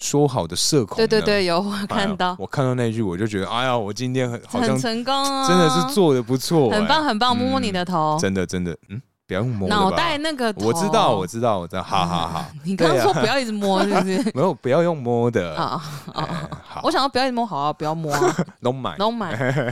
说好的社恐，
对对对，。有我
哎呀
看到，
我看到那句，我就觉得，哎呀，我今天很好像
很成功啊，
真的是做的不错、
很棒
哎
很棒，摸摸
嗯
你的头，
真的真的，嗯，不要用摸的吧
脑袋那个头，
我知道，我知道，我知道，哈哈哈。
你刚刚
对啊
说不要一直摸，是不
？
是
没有，不要用摸的。
啊
哎
啊！
好，
我想要不要一直摸，好啊，不要摸啊
都买。
，no 买。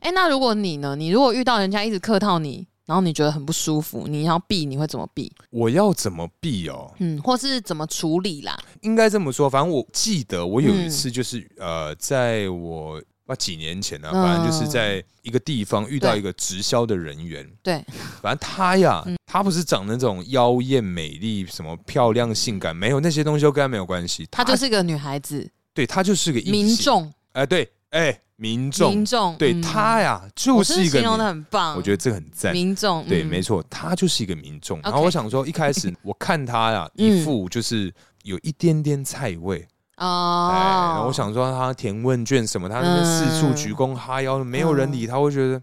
哎，那如果你呢？你如果遇到人家一直客套你，然后你觉得很不舒服，你要避，你会怎么避？
我要怎么避哦？
嗯，或是怎么处理啦？
应该这么说，反正我记得我有一
嗯
次就是、呃，在我啊几年前啊，
嗯
反正就是在一个地方遇到
对
一个直销的人员，
对，嗯
反正他呀，他不是长那种妖艳美丽、什么漂亮性感，没有那些东西都跟他没有关系。
她就是个女孩子，
对他就是个异性
民，众，
哎、对，哎、民众，
民众，
对、
嗯
他呀，就
我
是一
真的
个
形容
民
的很棒，
我觉得这个很赞。
民众
对，
嗯
没错，他就是一个民众。然后
OK
我想说，一开始我看他呀，
嗯
一副就是有一点点菜味，哎，然
哦嗯
后我想说他填问卷什么，他那边四处鞠躬哈腰，没有人理他，我觉得。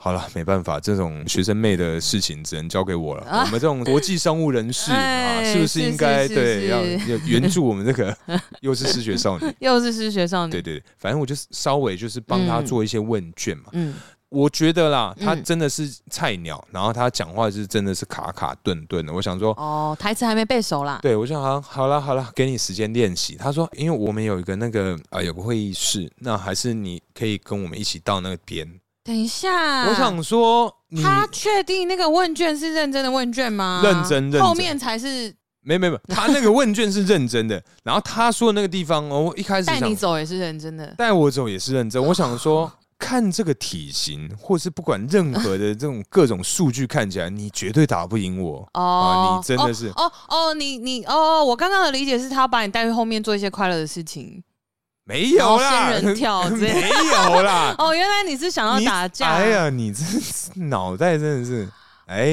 好了，没办法，这种学生妹的事情只能交给我了。
啊
我们这种国际商务人士啊，
哎
是不是应该
是是是
对
是
要要援助我们这 个又是失学少女？
又是失学少女，
对对对，反正我就是稍微就是帮他
嗯
做一些问卷嘛。
嗯，
我觉得啦，他
嗯
真的是菜鸟，然后他讲话是真的是卡卡顿顿的。我想说，
哦，台词还没背熟啦，
对我想好像好了好了，给你时间练习。他说，因为我们有一个那个呃有个会议室，那还是你可以跟我们一起到那边。
等一下，
我想说，你
啊他确定那个问卷是认真的问卷吗？
嗯认真认真
后面才是
没没没，他那个问卷是认真的，然后他说的那个地方哦，我一开始
带
想
你走也是认真的。
带我走也是认真。我想
啊
说，看这个体型，或是不管任何的这种各种数据，看起来你绝对打不赢我啊！
哦
你，真的是
哦哦，你你哦，我刚刚的理解是他把你带去后面做一些快乐的事情。
没有啦，
然后仙人跳之 类。
没有啦
哦，原来你是想要
你
打架。
哎呀，你这脑袋真的是，哎，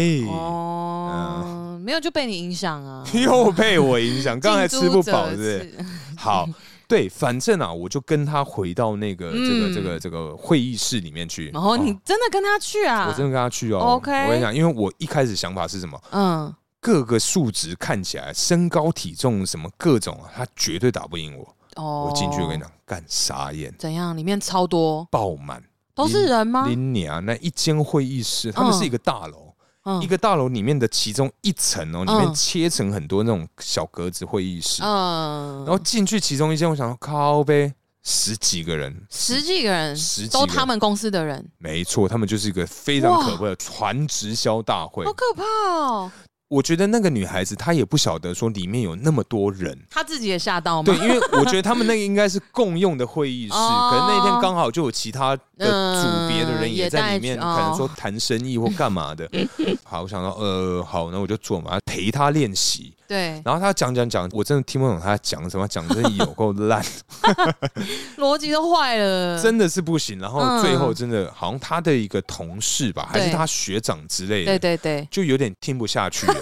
哦，没有就被你影响啊。
又被我影 响，啊 刚才
近
吃
朱
不
者
饱，是不是？
赤
好，对，反正啊，我就跟他回到那个这个
嗯
这个这个会议室里面去。
然后你
哦
真的跟他去啊？
我真的跟他去哦。
OK
我跟你讲，因为我一开始想法是什么？
嗯，
各个数值看起来，身高、体重什么各种啊，他绝对打不赢我。
哦，
我进去，我跟你，讲，干傻眼，
怎样？里面超多，
爆满，
都是人吗？
林尼啊，那一间会议室，他们
嗯
是一个大楼，
嗯
一个大楼里面的其中一层哦，里
嗯
面切成很多那种小格子会议室，然
嗯
后进去其中一间，我想说靠呗，十几个人，
十几个人，
十几个
都
人
他们公司的人，
没错，他们就是一个非常
哇
可怕的传直销大会
好，可怕哦！
我觉得那个女孩子她也不晓得说里面有那么多人，
他自己也吓到吗
对，？因为我觉得他们那个应该是共用的会 议室，
哦
可能那天刚好就有其他的组别的人
嗯
也在里面，
也带去哦
可能说谈生意或干嘛 的。好，我想到呃，好，那我就做嘛，陪他练习。
对，
然后他讲讲讲，我真的听不懂他讲什么，讲真的有 够烂，
逻辑都坏了，
真的是不行。然后
嗯
最后真的好像他的一个同事吧，还是
对
他学长之类
对
的，
对对，
就有点听不下 去了，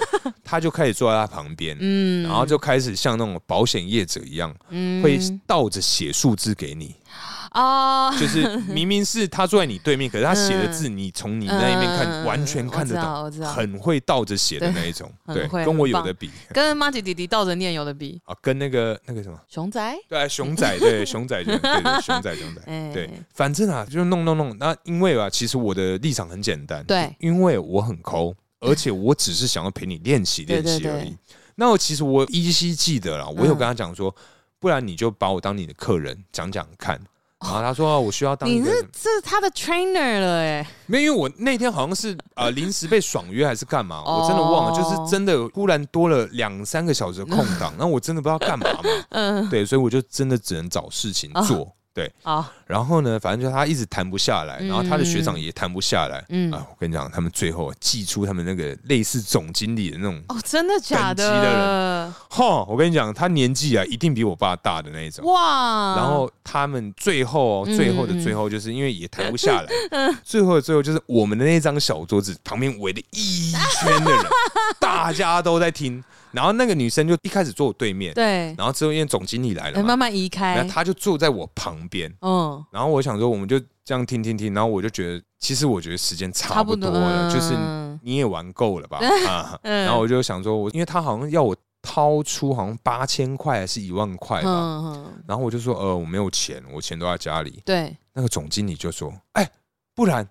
他就开始坐在他旁边。
嗯，
然后就开始像那种保险业者一样，会
嗯
倒着写数字给你，
啊，
就是明明是他坐在你对面，可是他写的字，你从你那一面
嗯嗯
看
嗯
完全看得
我知
懂
道我知，道
很会倒着写的那一种，
对
对
很，会
跟我有
很
的
棒
比
跟妈吉弟弟倒着念有的比，
啊，跟那个那个什么，
熊仔
对啊，熊仔， 对，熊仔就对对，熊仔熊
哎
仔，对，反正啊，就弄弄弄。那因为啊，其实我的立场很简单，
对，
因为我很抠，而且我只是想要陪你练习
对
练习
对嗯
而
对
已。那我其实我依稀记得了，我有跟他讲说，不然你就把我当你的客人讲讲看。然后他说、啊我需要当一
你
个
是这是他的 trainer 了哎，
没有，因为我那天好像是 呃临时被爽约还是干嘛，
哦
我真的忘了，就是真的忽然多了两三个小时的空 档，那我真的不知道干嘛嘛，
嗯，
对，所以我就真的只能找事情做，对，
好，
然后呢，反正就他一直谈不下来，
啊嗯
然后他的学长也谈不下来，
嗯
啊，我跟你讲，他们最后啊寄出他们那个类似总经理的那种，
哦，真的假
等级的
的？
哈，我跟你讲，他年纪啊一定比我爸大的那一种。
哇，
然后他们最后哦，
嗯
最后的最后，就是因为也谈不下 来，最后的最后就是我们的那张小桌子旁边围了一圈的 人，大家都在听。然后那个女生就一开始坐我对面，
对，哎
然后之后因为总经理来了
慢
嘛，
慢移
然
开
后，她就坐在我旁边。
嗯，
然后我想说，我们就这样听听听，然后我就觉得，其实我觉得时间差
差
不
不
多
多
了，就是
嗯
你也玩够 了吧？啊，
嗯
然后我就想说，我因为他好像要我掏出好像八千块还是一万块
嗯
吧，
嗯，
然后我就说，呃，我没有钱，我钱都在家里。
对，
那个总经理就说，哎，不然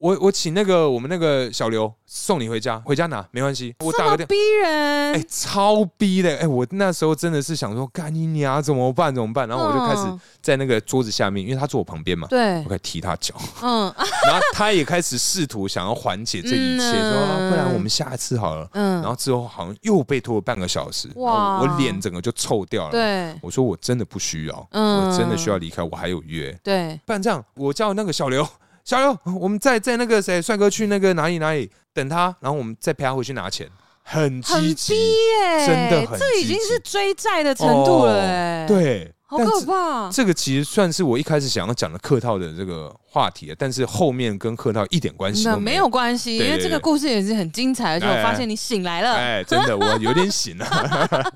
我我请那个我们那个小刘送你回家，回家拿没关系，我
这
打
么
个电。
逼
哎、
人，
超逼的！哎、我那时候真的是想说，干你娘，怎么办？怎么办？然后我就开始
嗯
在那个桌子下面，因为他坐我旁边嘛，
对
我，开始踢他脚，
嗯啊
然后他也开始试图想要缓解这一切，
嗯
说、啊不然我们下一次好了。
嗯，
然后之后好像又被拖了半个小时，然
哇
后我脸整个就臭掉了。，
对
我说我真的不需要，
嗯
我真的需要离开，我还有约。
对，
不然这样，我叫那个小刘，小刘，我们再在那个谁帅哥去那个哪里哪里等他，然后我们再陪他回去拿钱，很积
很
极
逼，耶，
真的很
这已
积极
经是追债的程度了哎，
哦，对，
好
但
可
是
怕，
这个其实算是我一开始想要讲的客套的这个话题，但是后面跟客套一点关系
那
都
没
没
有。关系，因
对
为
对
这个
对
故事也是很精彩，而且
哎
我
哎
发现你醒来了，哦
哎，真的，我有点醒了。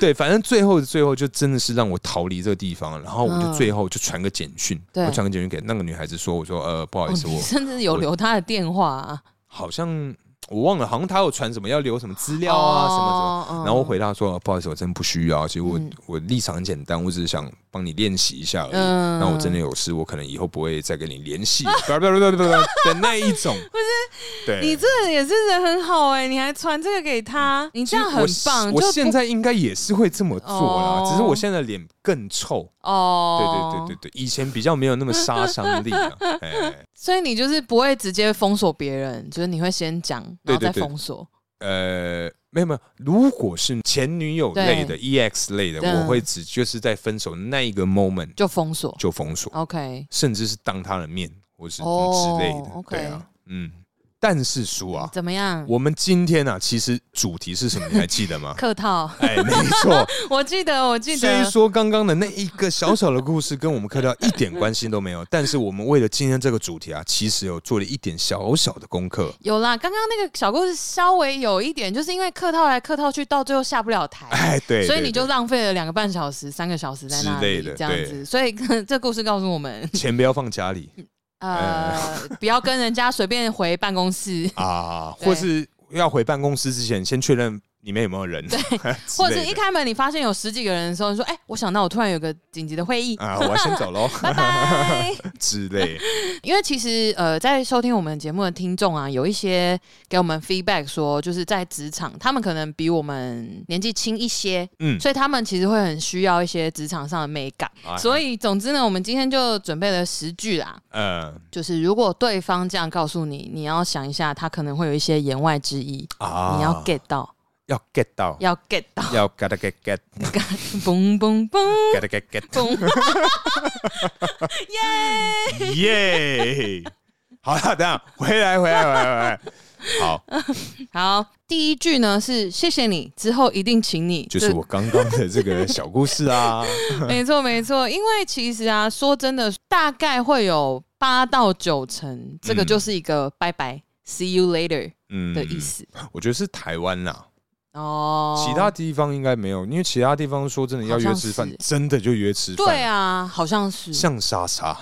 对，反正最后最后就真的是让我逃离这个地方，然后我就
嗯
最后就传个简讯，
对
我传个简讯给那个女孩子说，我说呃，不好
哦
意思，
你
我
甚至有
我
留他的电话啊，
好像我忘了，好像她有传什么要留什么资料啊什么什么。
什
然后我回答说、呃不好意思，我真不需要。其实我、
嗯
我立场很简单，我只是想帮你练习一下而已。
嗯
那我真的有事，我可能以后不会再跟你联系，不不不不不不的那一种。不是，对，
你这个也是人很好哎、你还传这个给他，你这样很棒。
嗯我
就不
现在应该也是会这么做啦，
哦
只是我现在脸更臭。对
哦，
对对对对，以前比较没有那么杀伤力啊。 哎，
所以你就是不会直接封锁别人，就是你会先讲，然
对
后
对
再
对
封锁。
呃，没有没有，如果是前女友类的、EX 类的，
嗯
我会只就是在分手那一个 moment
就封锁
就封锁，
，OK，
甚至是当他的面或是
哦
之类的。
OK
对啊，嗯。但是叔啊，
怎么样？？
我们今天啊，其实主题是什么？你还记得吗
客套，
哎，没错，
我记得，我记
虽
得，
说刚刚的那一个小小的故事跟我们客套一点关系都没有，但是我们为了今天这个主题啊，其实有做了一点小小的功 课。
有啦。刚刚那个小故事稍微有一点，就是因为客套来客套去，到最后下不了台。
哎，对，
所以
对
你就浪费了两个半小时、三个小时在那
之类
里
的
这样
对
子，所以呃这故事告诉我们，
对 钱不要放家 里
呃，
嗯
不要跟人家随便回办公室。
啊，
对
或是要回办公室之前先确认里面有没有人， 之
或者是
类
一
的
开门你发现有十几个人的时候，你说：“哎、我想到我突然有个紧急的会议，
啊，我要先走 喽
拜拜。”
之类。
因为其实呃，在收听我们节目的听众啊，有一些给我们 feedback 说，就是在职场，他们可能比我们年纪轻一些，
嗯，
所以他们其实会很需要一些职场上的美感。
哎
所以总之呢，我们今天就准备了十句啦，
呃
就是如果对方这样告诉你，你要想一下，他可能会有一些言外之意，
啊，
你要 get 到，
要 get 到，
要 get 到，
要 get get get
嘣嘣嘣
get get get
嘣，
耶！好了，等一下回来回来回来回来，好，
好。第一句呢是谢谢你，之后一定请你。
就
这
是我刚刚的这个小故事 啊，
没错，没错，因为其实啊，说真的，大概会有八到九成，这个
嗯
就是一个拜拜、see you later”
嗯
的意，思。
我觉得是台湾啦，
哦，
嗯其他地方应该没有，因为其他地方说真的要约吃
好
饭
像，
真的就约吃饭，
对，啊，好像是莎
像莎莎，
莎，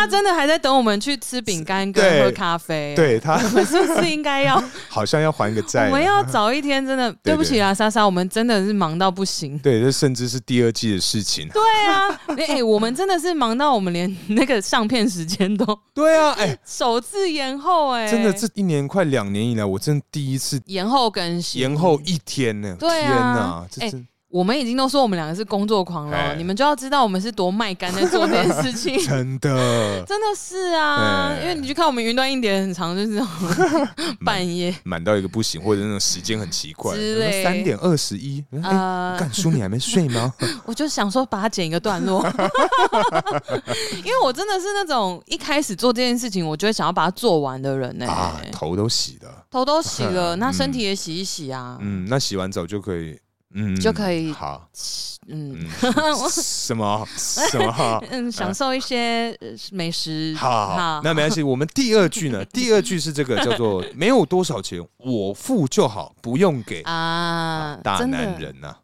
她真的还在等我们去吃饼干跟
嗯对
喝咖啡。，
对她
我们 是不是应该要？
好像要还个
我
债
们
啊。
要早一天，真的对不起啊，莎莎，我们真的是忙到 不行。
对，这甚至是第二季的事情。
对啊， 哎、我们真的是忙到我们连那个上片时间都
对啊，哎、
首次延后、哎，
真的这一年快两年以来，我真的第一次
延后更新，
延后一天呢、
对啊
天哪，这
哎
真、
我们已经都说我们两个是工作狂了
哎，
你们就要知道我们是多卖干在做这件 事情。
真的
真的是啊，
哎
因为你去看我们云端硬碟，很长就是这 种半夜
满到一个不行，或者那种时间很奇怪
之类，
三点二十一，哎、
啊，
干叔你还没睡 吗？
我就想说把它剪一个段 落，因为我真的是那种一开始做这件事情，我就会想要把它做完的人呢、
啊，头都洗了，
头都洗了，
嗯
那身体也洗一洗啊，
嗯，那洗完澡就可以，嗯，
就可以
好，
嗯。
嗯，什么什么
嗯，享受一些呃美食。
好好好，那没关系。我们第二句呢？第二句是这个叫 做“没有多少钱，我付就好，不用给”
啊，
大
真的
男人呐、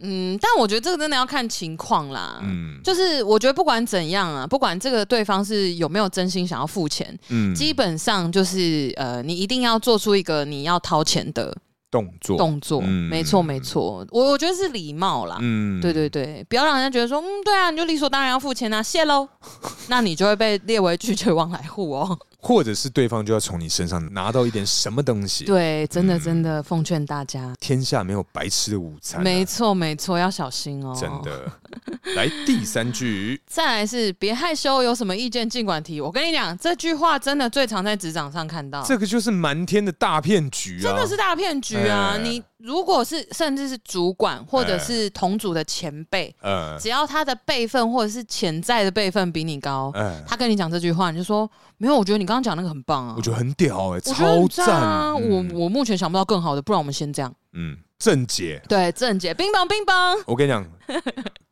嗯，但我觉得这个真的要看情况啦。
嗯
就是我觉得不管怎样啊，不管这个对方是有没有真心想要付钱，
嗯，
基本上就是呃，你一定要做出一个你要掏钱的
动作，
动作。
嗯
没错，没错，我我觉得是礼貌啦。
嗯
对对对，不要让人家觉得说，嗯，对啊，你就理所当然要付钱啊，谢喽， 那你就会被列为拒绝往来户 哦。
或者是对方就要从你身上拿到一点什么东西。，
对，真的
嗯
真的，奉劝大家，
天下没有白吃的午餐啊、
没错没错，要小心哦。
真的。来第三 句，
再来是别害羞，有什么意见尽管提。我跟你讲，这句话真的最常在职场上看到，
这个就是啊瞒天的大骗局啊！
真的是大骗局啊！
哎
你如果是甚至是主管或者是同组的前辈，
呃
只要他的辈分或者是潜在的辈分比你高，
呃，
他跟你讲这句话，你就说没有，我觉得你刚刚讲那个很棒啊，
我觉得很屌哎、
我觉得
超
很
赞！
啊！我
嗯
我目前想不到更好的，不然我们先这样。
嗯，正解。
对，郑姐，冰棒冰 棒，
我跟你讲，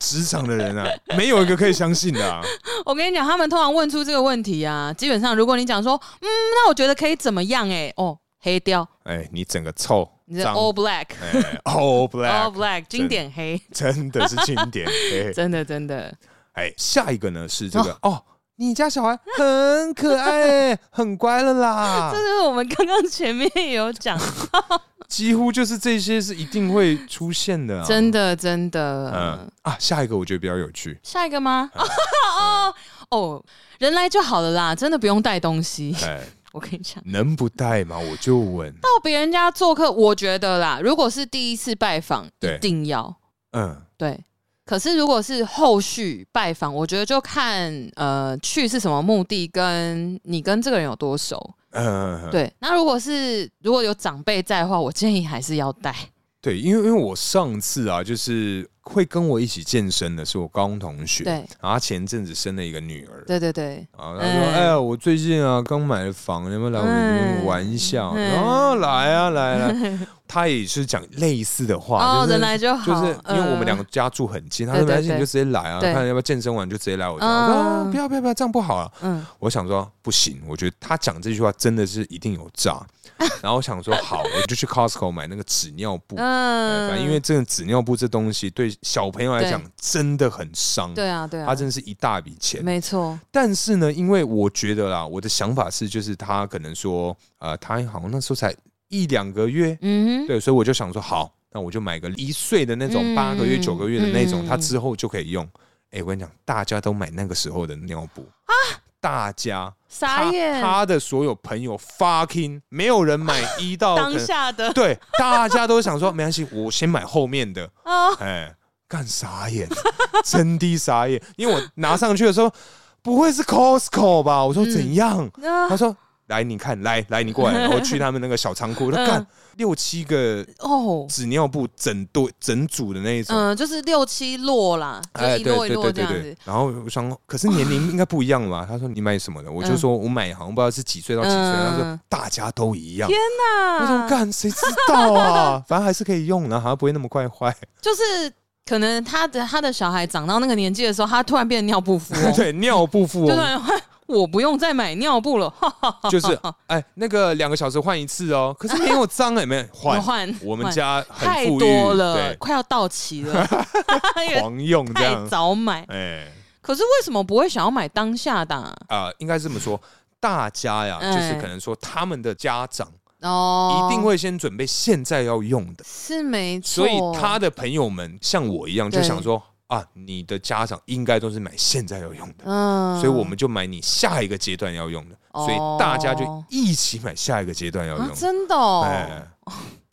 职场的人啊，没有一个可以相信的、啊。
我跟你讲，他们通常问出这个问题啊，基本上如果你讲说，嗯，那我觉得可以怎么样、欸？哎，哦，黑掉，
哎、你整个臭
你的
脏
all black。
哎 all
All
black，
black 经典黑，
真的是经典。 哎
真的真的，
哎，下一个呢是这个哦你家小孩很可爱、很乖了 啦
这，就是我们刚刚前面也 有讲，
哦几乎就是这些是一定会出现的、啊，
真。的真的
嗯。啊，下一个我觉得比较有趣，
下一个吗？ 哦哦，人来就好了啦，真的不用带东西。
哎，
我跟你讲，
能不带吗？我就问，
到别人家做客，我觉得啦，如果是第一次拜访，
对
一定要
嗯，
对。可是如果是后续拜访，我觉得就看呃去是什么目的，跟你跟这个人有多熟。
呃，
对，那如果是如果有长辈在的话，我建议还是要带。
对，因为因为我上次啊，就是会跟我一起健身的是我高中同学，
对
然后他前阵子生了一个女儿，
对对嗯对，
啊，他说：“哎呀，我最近啊刚买了房，你们来我
嗯
们玩一下？”啊，来啊，来 啊！他也是讲类似的话，
哦，
就是
人来就好，嗯
就是因为我们两
个
个家住很近，他
对
说：“没关
对
系，你
对
就直接来啊，
对
看要不要健身完就直接来我家。”
嗯
我说：“啊，不要不要不要，这样不好啊！”
嗯
我想说不行，我觉得他讲这句话真的是一定有诈。 然后我想说好，我就去 Costco 买那个纸尿布。哎
嗯，
反正因为这个纸尿布这东西对小朋友来讲
对
真的很伤，
对啊对啊，
它真的是一大笔钱。
没错，
但是呢，因为我觉得啦，我的想法是，就是他可能说，呃，他好像那时候才一两个月，
嗯哼，
对，所以我就想说，好，那我就买个一岁的那种，
嗯
八个月、九个月的那种，
嗯
它之后就可以用。哎，我跟你讲，大家都买那个时候的尿布啊，大家
傻
他
眼，
他的所有朋友 fucking 没有人买一到可
当
能
下的
对，大家都想说没关系，我先买后面的，
啊，
哎，干傻眼， 真的傻眼，因为我拿上去的时候，不会是 Costco 吧？我说
嗯
怎样？
那
他说。来，你看，来来，你过来，然后去他们那个小仓库，我说
嗯
干六七个
哦，
纸尿布整对整组的那一种，
嗯，就是六七摞啦，就一
对
摞一
对
摞
哎对
这
对
样
对
子，。
然后我想说，可是年龄应该不一样吧？他说你买什么的？我就
嗯
说我买好像不知道是几岁到几岁。
嗯
他说大家都一样。我想
那
干，谁知道 啊？反正还是可以用的，好像不会那么快坏。
就是可能他的他的小孩长到那个年纪的时候，他突然变尿布富翁，就
对，尿布富
突
翁
然哎我不用再买尿布了， 哈哈哈
就是 哎，那个两个小时换一次哦，可是没有脏哎，没有换
我换
我们
换
家很
太
富裕
多了，
对，
快要到期 了，因为
狂用这
太
样。
早买。
哎
可是为什么不会想要买当下的啊、
啊，应该这么说，大家呀，就是
哎
可能说他们的家长
哦
一定会先准备现在要用的。
是没错，
所以他的朋友们像我一样，就想说啊，你的家长应该都是买现在要用的，
嗯
所以我们就买你下一个阶段要用的，
哦
所以大家就一起买下一个阶段要用
啊，
的。
真的、哦
哎，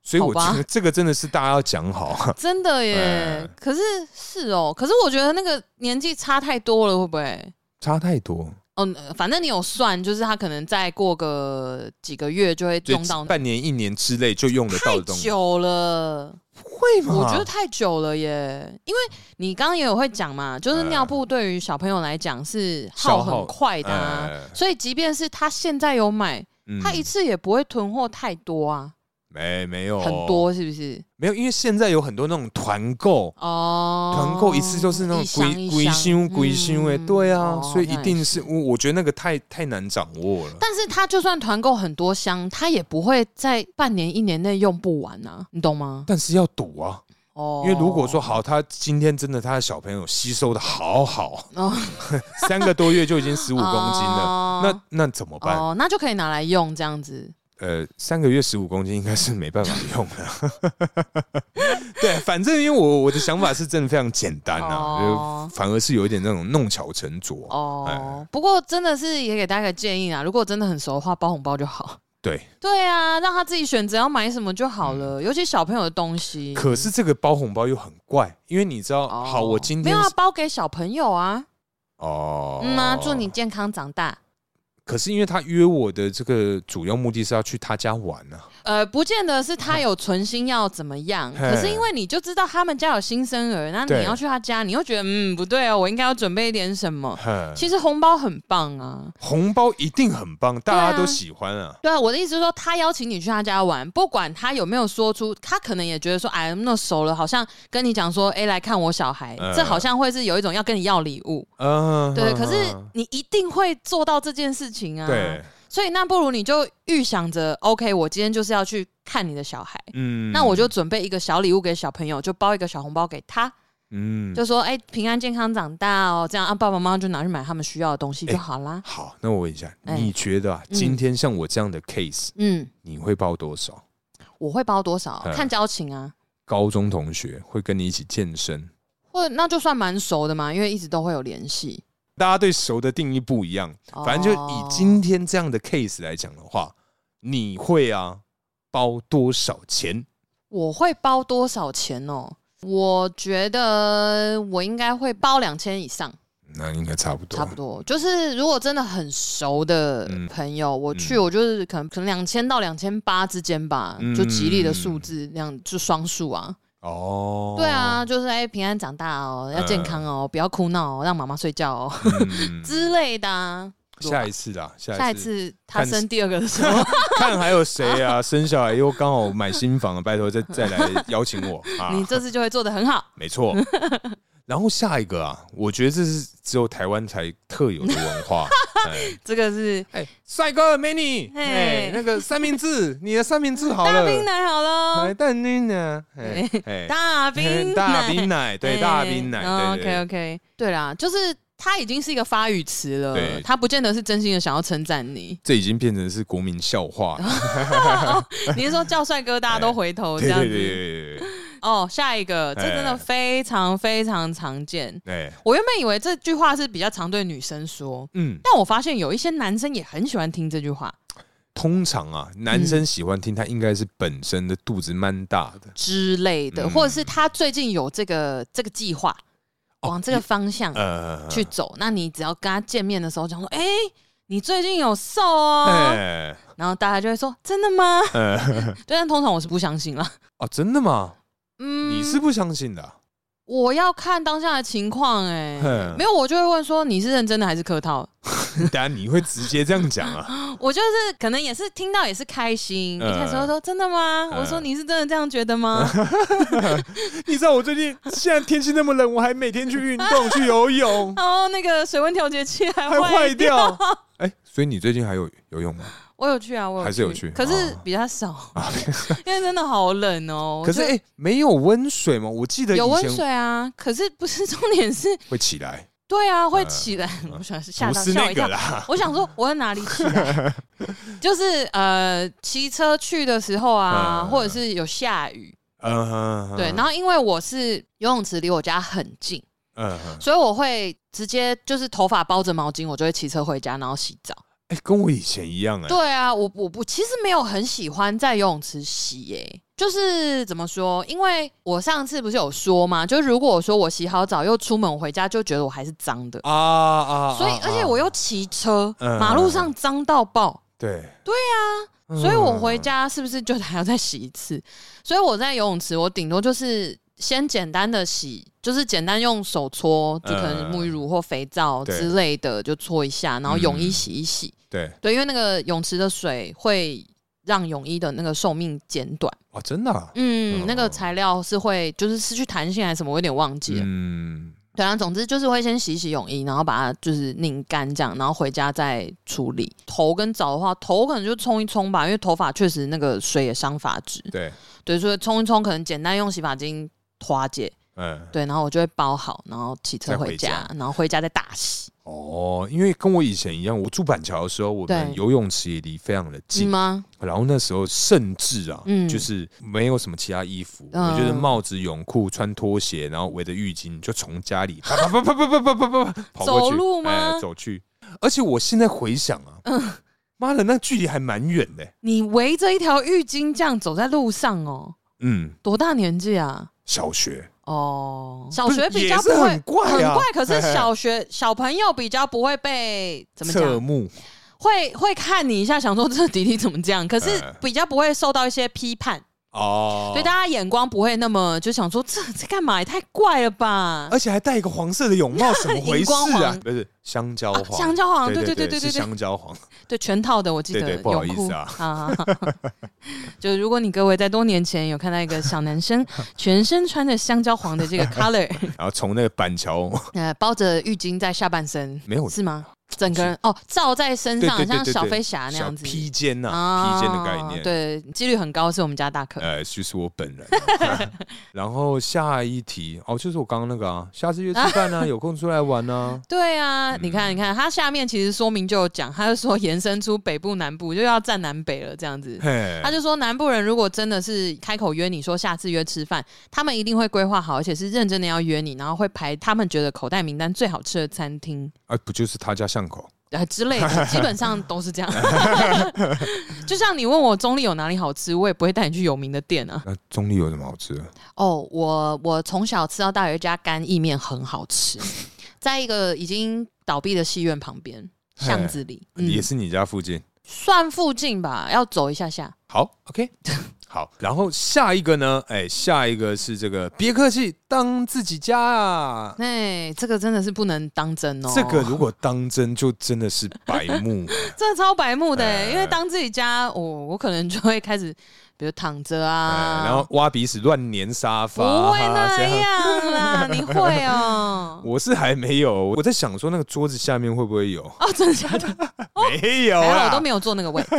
所以我觉
好
得这个真的是大家要讲好。
真的耶。
哎
可是是哦，可是我觉得那个年纪差太多了，会不会？
差太多，
嗯、呃反正你有算，就是他可能再过个几个月就会
就
用到，
半年、一年之内就用得到
太
的东西，
久了。
会吗？
我觉得太久了耶，因为你刚刚也有会讲嘛，就是尿布对于小朋友来讲是
嗯
耗
消耗
很快的、啊，
哎
所以即便是他现在有买，
嗯
他一次也不会囤货太多啊，
没没有哦
很多是不是？
没有，因为现在有很多那种团购，
哦，
团购一次就是那种鬼
鬼
鬼箱鬼箱哎，对啊，所以一。
嗯
定
哦
是我我觉得那个太太难掌握了。
但是他就算团购很多箱，他也不会在半年一年内用不完啊，你懂吗？
但是要赌啊，
哦，
因为如果说好，他今天真的他的小朋友吸收的好好，
哦
三个多月就已经十
五
五公斤了，那那怎么办？
哦，那就可以拿来用这样子。
呃，三个月十五公斤应该是没办法用了。 对，反正因为我我的想法是真的非常简单啊，
哦
就反而是有一点那种弄巧成拙。哎
哦，不过真的是也给大家个建议啊，如果真的很熟的话，包红包就好。
对，
对啊，让他自己选择要买什么就好了，尤其小朋友的东西。
嗯可是这个包红包又很怪，因为你知道，
哦
好，我今
没
天
有啊
是，
包给小朋友啊，
哦，
嗯啊，祝你健康长大。
可是因为他约我的这个主要目的是要去他家玩啊，
呃，不见得是他有存心要怎么样，
嘿
可是因为你就知道他们家有新生儿，那
对
你要去他家，你又觉得嗯不对哦，我应该要准备一点 什么。
哼
其实红包很棒啊，
红包一定很棒，大
对啊
家都喜欢啊。
对啊，我的意思是说，他邀请你去他家玩，不管他有没有说出，他可能也觉得说，哎，那么熟了，好像跟你讲说，哎，来看我小孩，
嗯
这好像会是有一种要跟你要礼物，
嗯，
对。
哼
可是
哼
你一定会做到这件事情啊，
对，，
所以那不如你就预想着，OK，我今天就是要去看你的小孩，
嗯
那我就准备一个小礼物给小朋友，就包一个小红包给他，
嗯
就说，哎，平安健康长大哦，这样啊，爸爸妈妈就拿去买他们需要的东西
哎
就好啦。
好。那我问一下，
哎
你觉得啊，
嗯
今天像我这样的 case，
嗯，
你会包多少？
我会包多少？
嗯
看交情啊。
高中同学会跟你一起健身，
或那就算蛮熟的嘛，因为一直都会有联系。
大家对熟的定义不一样。
哦
反正就以今天这样的 case 来讲的话，你会啊包多少钱？
我会包多少钱哦？我觉得我应该会包两千以上，
那应该差不多，
差不多。就是如果真的很熟的
嗯
朋友，我去
嗯
我就是可能可能两千到两千八之间吧，
嗯
就吉利的数字，那样就双数啊。
哦。
对啊，就是哎、平安长大哦，要健康哦，不要哭闹哦，让妈妈睡觉哦
嗯，
之类的、啊。
下一次啊，
下
下
一
一次
次他
看是
生第二个的时候，
看还有谁啊，生小孩又刚好买新房了，拜托再再来邀请 我啊！
你这次就会做的很好。
没 错。然后下一个啊，我觉得这是只有台湾才特有的文 化。哎
这个是
哎，帅哥美女，哎
嘿，
那个三明治，你的三明治好
大
了，
冰奶好喽
哎，，蛋冰呢？哎哎
大 冰奶，
大冰奶，对，大冰奶，对
嗯
对对
OK OK，对啦，就是它已经是一个发语词了
对，。
它不见得是真心的想要称赞你
这已经变成是国民笑话了。
你是说叫帅哥，大家都回头哦
哎
这
对
样
对对
子？
对对对
哦，下一个，这真的
哎
非常非常常见。
对，哎
我原本以为这句话是比较常对女生说，
嗯，
但我发现有一些男生也很喜欢听这句话
通常啊，男
嗯
生喜欢听，他应该是本身的肚子蛮大的，
之类的，
嗯
或者是他最近有这个这个计划，
哦
往这个方向
呃，
嗯去走。那你只要跟他见面的时候讲说，哎、你最近有瘦哦，
哎，
然后大家就会说真的吗？
呃，
对，但通常我是不相信了。
哦，真的吗？
嗯，
你是不相信的啊？
我要看当下的情况哎、
嗯
没有我就会问说你是认真的还是客套？
当然你会直接这样讲 啊？
我就是可能也是听到也是开心，
嗯
一开始会说真的吗？
嗯
我说你是真的这样觉得吗？
你知道我最近现在天气那么冷，我还每天去运动、去游 泳，
然后那个水温调节器还
还
坏
坏。掉。 哎，所以你最近还有游泳吗？
我有去啊，我
还是有去
可是
哦
比较少， 因为真的好冷哦。
可是
我就
哎，没有温水吗？我记得
有
以
温
前
水啊，可是不是重 点是，
会起来，
对啊，会起来。 我想
嗯
吓
不
到
是
吓我
那
一
个
跳，
啦。
我想说我在哪里起来？ 就是呃，骑车去的时候啊，
嗯
或者是有下雨，
嗯，
对。然后因为我是游泳池离我家很近，
嗯，嗯
所以我会直接就是头发包着毛巾，我就会骑车回家，然后洗澡。
哎，跟我以前一样哎。
对啊，我我不其实没有很喜欢在游泳池洗耶、就是怎么说？因为我上次不是有说嘛，就如果我说我洗好澡又出门我回家，就觉得我还是脏的，
啊啊啊！
所以
啊
而且我又骑车，
嗯
马路上脏到爆，
对
对
啊
所以我回家是不是就还要再洗一次？ 所以我在游泳池，我顶多就是先简单的洗，就是简单用手搓，就可能沐浴乳或肥皂
对
之类的就搓一下，然后泳衣洗一洗。
对
对，因为那个泳池的水会让泳衣的那个寿命减短。
哇，真的啊，
嗯，
嗯
那个材料是会就是失去弹性还是什么，我有点忘记了。
嗯，
对啊，总之就是会先洗洗泳衣，然后把它就是拧干这样，然后回家再处理。头跟澡的话，头可能就冲一冲吧，因为头发确实那个水也伤发质。
对，
对，所以冲一冲可能简单用洗发精滑解。
嗯，
对，然后我就会包好，然后骑车
再
回
回
家，
家
然后回家再大洗，
哦，因为跟我以前一样，我住板桥的时候，我们
对
游泳池也离非常的
是
近，
吗？
然后那时候甚至啊，
嗯
就是没有什么其他衣服，
嗯
我就是帽子、泳裤、穿拖鞋，然后围着浴巾，就从家里 啪啪啪啪啪啪啪啪啪跑过去，
走路吗嗯
哎走去，而且我现在回想啊，妈的，那距离还蛮远的，
你围着一条浴巾这样走在路上哦，
嗯，
多大年纪啊？
小学，
哦，小
不是
学比
也
较不
是
会
很怪啊
可是小学小朋友比较不会被怎么
侧
讲，
目，
会会看你一下，想说这弟弟怎么这样，可是
哎
比较不会受到一些批判，
哦，
所以大家眼光不会那么就想说这这干嘛也太怪了吧？
而且还戴一个黄色的泳帽，怎么 回
荧
事
光
啊
黄？
不是香蕉
啊
黄，
香蕉黄
对
对
对
对对对
是
对
香蕉黄。
对，全套的我记得
对对
泳裤
不好意思啊
啊， 就如果你各位在多年前有看到一个小男生全身穿着香蕉黄的这个 color，
然后从那个板 桥，
呃，包着浴巾在下半身，
没有
是吗？整个人哦，罩在身
对
上，
对对
像
对，
小
对
飞侠那样
小
子。
披肩呐，
啊，
披肩的概念。，
对，几率很高，是我们家大可。
呃，就是我本人。啊 然后下一题哦，就是我刚刚那个啊，下次约吃饭 啊，有空出来玩啊。
对啊，
嗯
你看，你看，它下面其实说明就有讲，它就说延伸出北部、南部，就要占南北了，这样子。
嘿
他，就说，南部人如果真的是开口约你说下次约吃饭，他们一定会规划好，而且是认真的要约你，然后会排他们觉得口袋名单最好吃的餐厅。
啊，不就是他家巷口？
啊之类 的，基本上都是这样。 就像你问我中立有哪里好吃，我也不会带你去有名的店啊。
那中立有什么好吃的？
哦，我我从小吃到大有一家干意面很好吃，在一个已经倒闭的戏院旁边
嘿
巷子里，嗯
也是你家附近。
算附近吧，要走一下下。
好，OK，好。 然后下一个呢？哎，下一个是这个，别客气，当自己家啊。
哎、这个真的是不能当真哦。
这个如果当真，就真的是白 目。
真的超白目的、欸
哎
因为当自己家，我我可能就会开始，比如躺着啊，
哎然后挖鼻屎、乱粘沙
不
发，
会哎
哈
那
这样。
样啦，你会 哦、
我是还没有，我在想说那个桌子下面会不会有？
哦，真的假的？
没有
哦还好我
啊
都，没有坐那个位置，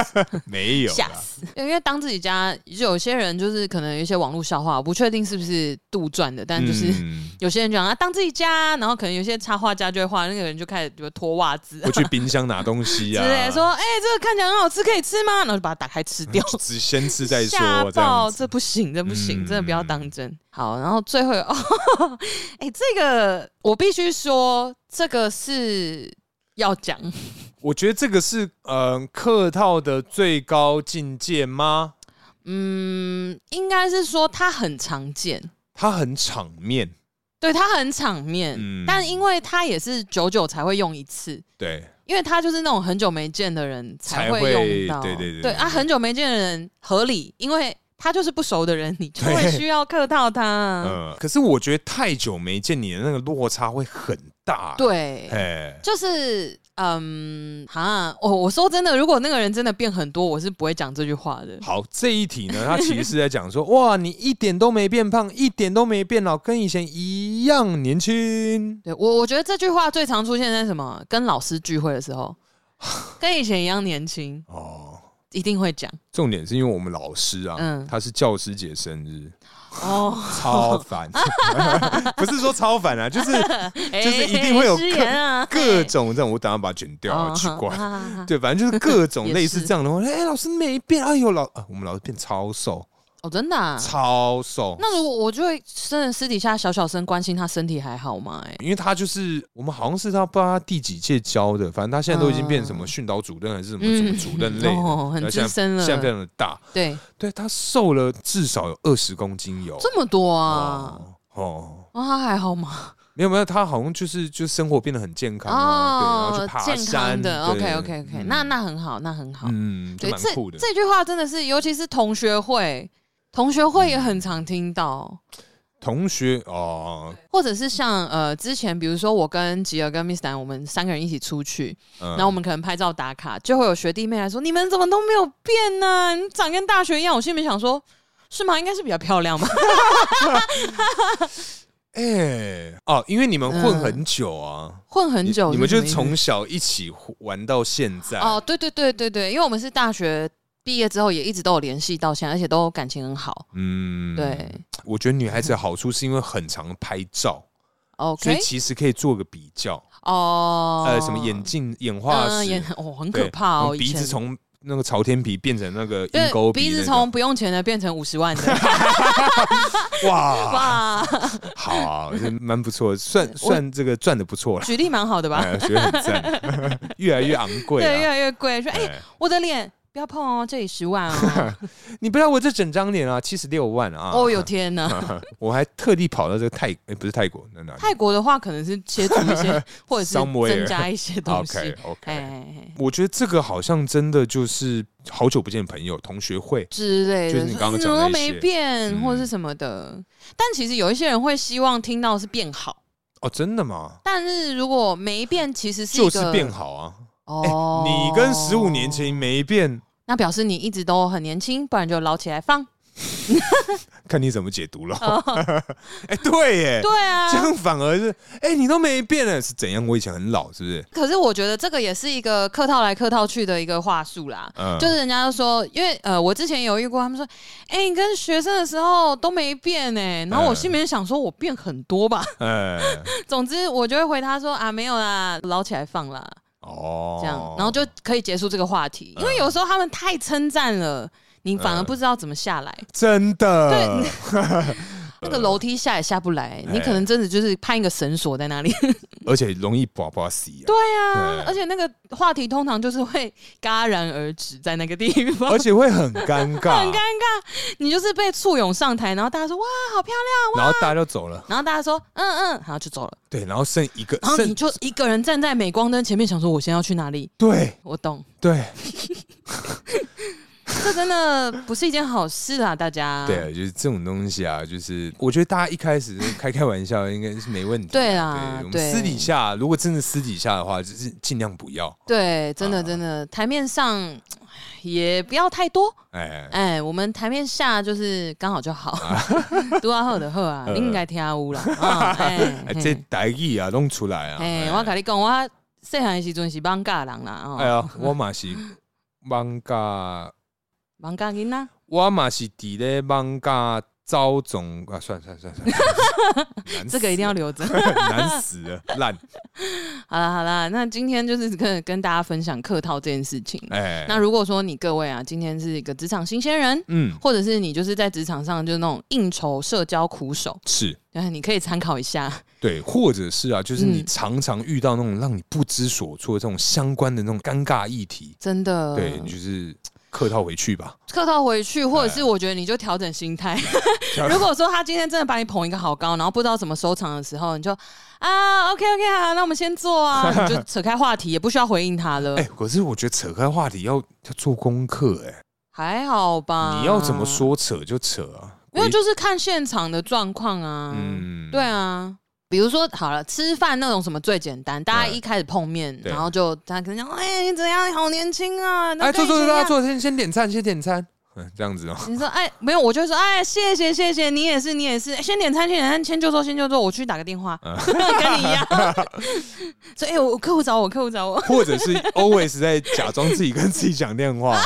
没有啦，
吓死！因为当自己家有些人 就是可能有一些网络笑话，我不确定是不是杜撰的，但就是
嗯
有些人讲啊，当自己家啊，然后可能有些插画家就会画，那个人就开始就脱袜子啊
会去冰箱拿东西啊
之
呀、
类的，说哎、这个看起来很好吃，可以吃吗？然后就把它打开吃 掉。
只先吃再说
吓，
这样
爆！
子
这不行，这不行，
嗯
真的不要当真。好，然后最后有， 哎、这个我必须说，这个是要讲，
我觉得这个是嗯、呃客套的最高境界吗？
嗯，应该是说它很常见，
它很场面，
对，它很场面，
嗯
但因为它也是久久才会用一次，
对，
因为他就是那种很久没见的人才
才会
用到，
对对对
啊，
对
很久没见的人合理，因为他就是不熟的人，你就会
对
需要客套他，
嗯、可是我觉得太久没见你的那个落差会很大，，
对，
哎，
就是嗯，哈，我我说真的，如果那个人真的变很多，我是不会讲这句话 的。
好，这一题呢，它其实是在讲说，哇，你一点都没变胖，一点都没变老，跟以前一样年轻。
对我，我觉得这句话最常出现在什么？跟老师聚会的时候，跟以前一样年轻，
哦，
一定会讲
重点是因为我们老师啊，
嗯
他是教师节生日，
哦，
超烦， 不是说超烦啊，就是 就是一定会有
哎失
各
言啊，
各
哎
种这样，我等下把它剪掉，啊，奇怪。
哦哈哈哈
对，反正就是各种
也
类似
是
这样的话。哎、老师没变，哎呦老、啊，我们老师变超瘦，
哦，真的、啊，
超瘦。
那如果我就会真的私底下小小声关心他身体还好吗、哎，
因为他就是我们好像是他不知道他第几届教的，反正他现在都已经变什么
嗯
训导主任还是什么什
嗯
么主任类的，
哦很
然后现在
资深了
现在非常的大。
对，
对他瘦了至少有二十公斤有，
这么多啊，
哦哦，
啊，他还好吗？
没有没有，他好像就是就生活变得很健康啊，对，然后去爬
哦健
山
康的
对
，OK OK OK，、
嗯
那那很好，那很好，
嗯，就
对，
蛮
这
酷的。
这句话真的是，尤其是同学会，同学会也很常听到。
同学哦，
或者是像呃之前，比如说我跟吉儿跟 Miss 南，我们三个人一起出去，
嗯
然后我们可能拍照打卡，就会有学弟妹来说：“你们怎么都没有变呢、你长跟大学一样。”我心里面想说：“是吗？应该是比较漂 亮吧。”
哎、哦，因为你们混
嗯
很久啊，
混很久
你你们
是
就
什
是
么意思
从小一起玩到现在
哦，对对对对对，因为我们是大学毕业之后也一直都有联系到现在，而且都感情很好。
嗯，
对，
我觉得女孩子的好处是因为很常拍照，所以
OK，
其实可以做个比较，
哦，
呃，什么眼镜、眼画
嗯
石，
眼哦很
对
可怕
然
哦
后，
以
鼻子
前
从那个朝天鼻变成那个鹰
对
钩
鼻
那
子
个
从不用钱的变成五十 万的，
哇，
哇，
好啊，这蛮不错的， 算算这个赚的不错了，
举例蛮好的 吧？
哎，觉得很赞， 越来越昂贵
对，越
啊。
来越贵。说哎，
哎
我的脸不要碰哦，这里十 万哦。
你不知道我这整张脸啊，七十六万啊！
哦哟天哪！
我还特地跑到这个泰，哎，不是泰国，那哪里？
泰国的话可能是切除一 些，或者是
Somewhere
增加一些东西。
OK
哎
OK，
哎，哎
我觉得这个好像真的就是好久不见的朋友、同学会，
之类的，
就是你刚刚
说
讲的
嗯
那
都没
些
变
嗯
或者是什么的。但其实有一些人会希望听到是变好，
哦，真的吗？
但是如果没变，其实是一
就
个
是变好啊！哎、
哦。
你跟十五年，前没变，
那表示你一直都很年轻，不然就捞起来放。
看你怎么解读了。 哎、对耶，
哦对啊
这，样反而是哎、你都没变了，是怎样？我以前很老，是不是？
可是我觉得这个也是一个客套来客套去的一个话术啦。
嗯
就是人家就说，因为呃，我之前有遇过，他们说，哎、你跟学生的时候都没变哎、然后我
嗯
心里面想说，我变很多吧。
哎、
总之，我就会回他说啊，没有啦，捞起来放啦。
哦，嗯
这样，然后就可以结束这个话题。因为有时候他们太称赞了，你反而不知道怎么下来，
嗯真的
对那个楼梯下也下不来，你可
哎
能真的就是攀一个绳索在 那里。
而且容易把把死啊。
对啊
对，
而且那个话题通常就是会戛然而止在那个地方
而。且会很尴尬，
啊 很尴尬，你就是被簇拥上台，然后大家说哇好漂亮，
然后大家就走了，
然后大家说嗯嗯，然后就走了，
对，然后剩一个，
然后
剩
你就一个人站在镁光灯前面，想说我现在要去哪里？
对
我懂，
对
这真的不是一件好事啊，大家。
对，就是这种东西啊，就是我觉得大家一开始开开玩笑应该是没问题的，
对啊
我们
对
私底下如果真的私底下的话，就是尽量不要，
对，真的
啊
真的，台面上唉也不要太多，
哎，啊
哎，我们台面下就是刚好就好， 都要好的好啊，你应该听 有啦，啊，哎
呃哎，这
嘿
歹意啊弄出来啊，
哎，我跟你讲，我细汉的时阵是放假人啦，
哎
哦，
呀，我嘛是放假，
放假囡仔，
我嘛是伫咧放假招总啊，算了算了算了算了， 难
这个一定要留着。
死了 难死了，烂
好啦好啦，那今天就是跟跟大家分享客套这件事情。
哎，
那如果说你各位啊，今天是一个职场新鲜人，
嗯
或者是你就是在职场上就是那种应酬社交苦手，
是。
哎，你可以参考一下。
对，或者是啊，就是你
嗯
常常遇到那种让你不知所措、这种相关的那种尴尬议题，
真的，
对，你就是客套回去吧。
客套回去，或者
哎
是我觉得你就调整心态。 如果说他今天真的把你捧一个好高，然后不知道怎么收场的时候，你就啊，OK OK，好，那我们先 做啊，你就扯开话题，也不需要回应他了，
哎、可是我觉得扯开话题要要做功课、
还好吧
哎，？你要怎么？说扯就扯啊，
啊没有，
鬼
就是看现场的状况啊。
嗯
对啊。比如说，好了，吃饭那种什么最简单，大家
对
一开始碰面，
对
然后就他可能讲，哎、你怎样？你好年轻啊！
哎，坐
做
坐
做
坐，大
做
家
做。
坐，先先点餐，先点餐，嗯，这样子哦、
你说，哎，没有，我就会说，哎，谢谢谢谢，你也是你也是，哎先点餐先点餐，先就坐先就坐，我去打个电话，
嗯
跟你 一样。所以、哎我客户找我，客户找我，
或者是 always 在假装自己跟自己讲电话，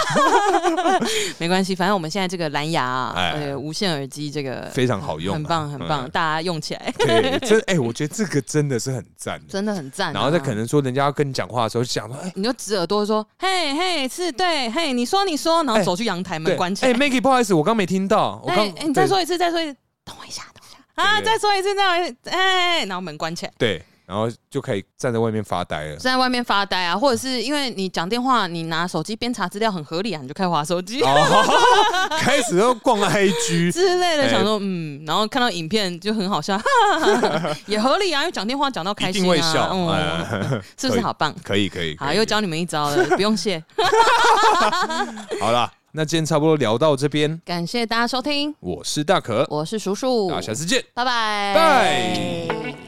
没关系，反正我们现在这个蓝牙、啊，
哎
呃，无线耳机这个
非常好用啊、
很棒很棒，
嗯
大家用起来，
对，真哎、我觉得这个真的是很赞的。
真的很赞啊、
然后再可能说人家要跟你讲话的时候，就讲说，哎、
你就指耳朵说：“嘿嘿，是对，嘿，你说你说。”然后
哎
走去阳台门
对，
关起
哎、
来。
m a g g i e 不好意思，我刚没听到，我
哎、
刚、
哎你再
对
说一次，再说一次，等我一下，等我一下啊！
对对
再说一次，再说一次，哎、然后门关起来。
对，然后就可以站在外面发呆了。
在外面发呆啊，或者是因为你讲电话，你拿手机边查资料很合理啊，你就开滑手机、
哦， 开始要逛 IG，
之类的，
哎
想说嗯，然后看到影片就很好笑，哈哈哈哈也合理啊，因为讲电话讲到开
一
心
定
啊，
会笑，
嗯，
哎
是不是好棒？
可以可以，
好，
可以
又教你们一招了，不用谢，
好啦，那今天差不多聊到这边，
感谢大家收听，
我是大可，
我是叔叔，
那下次见，
拜拜，
啊拜。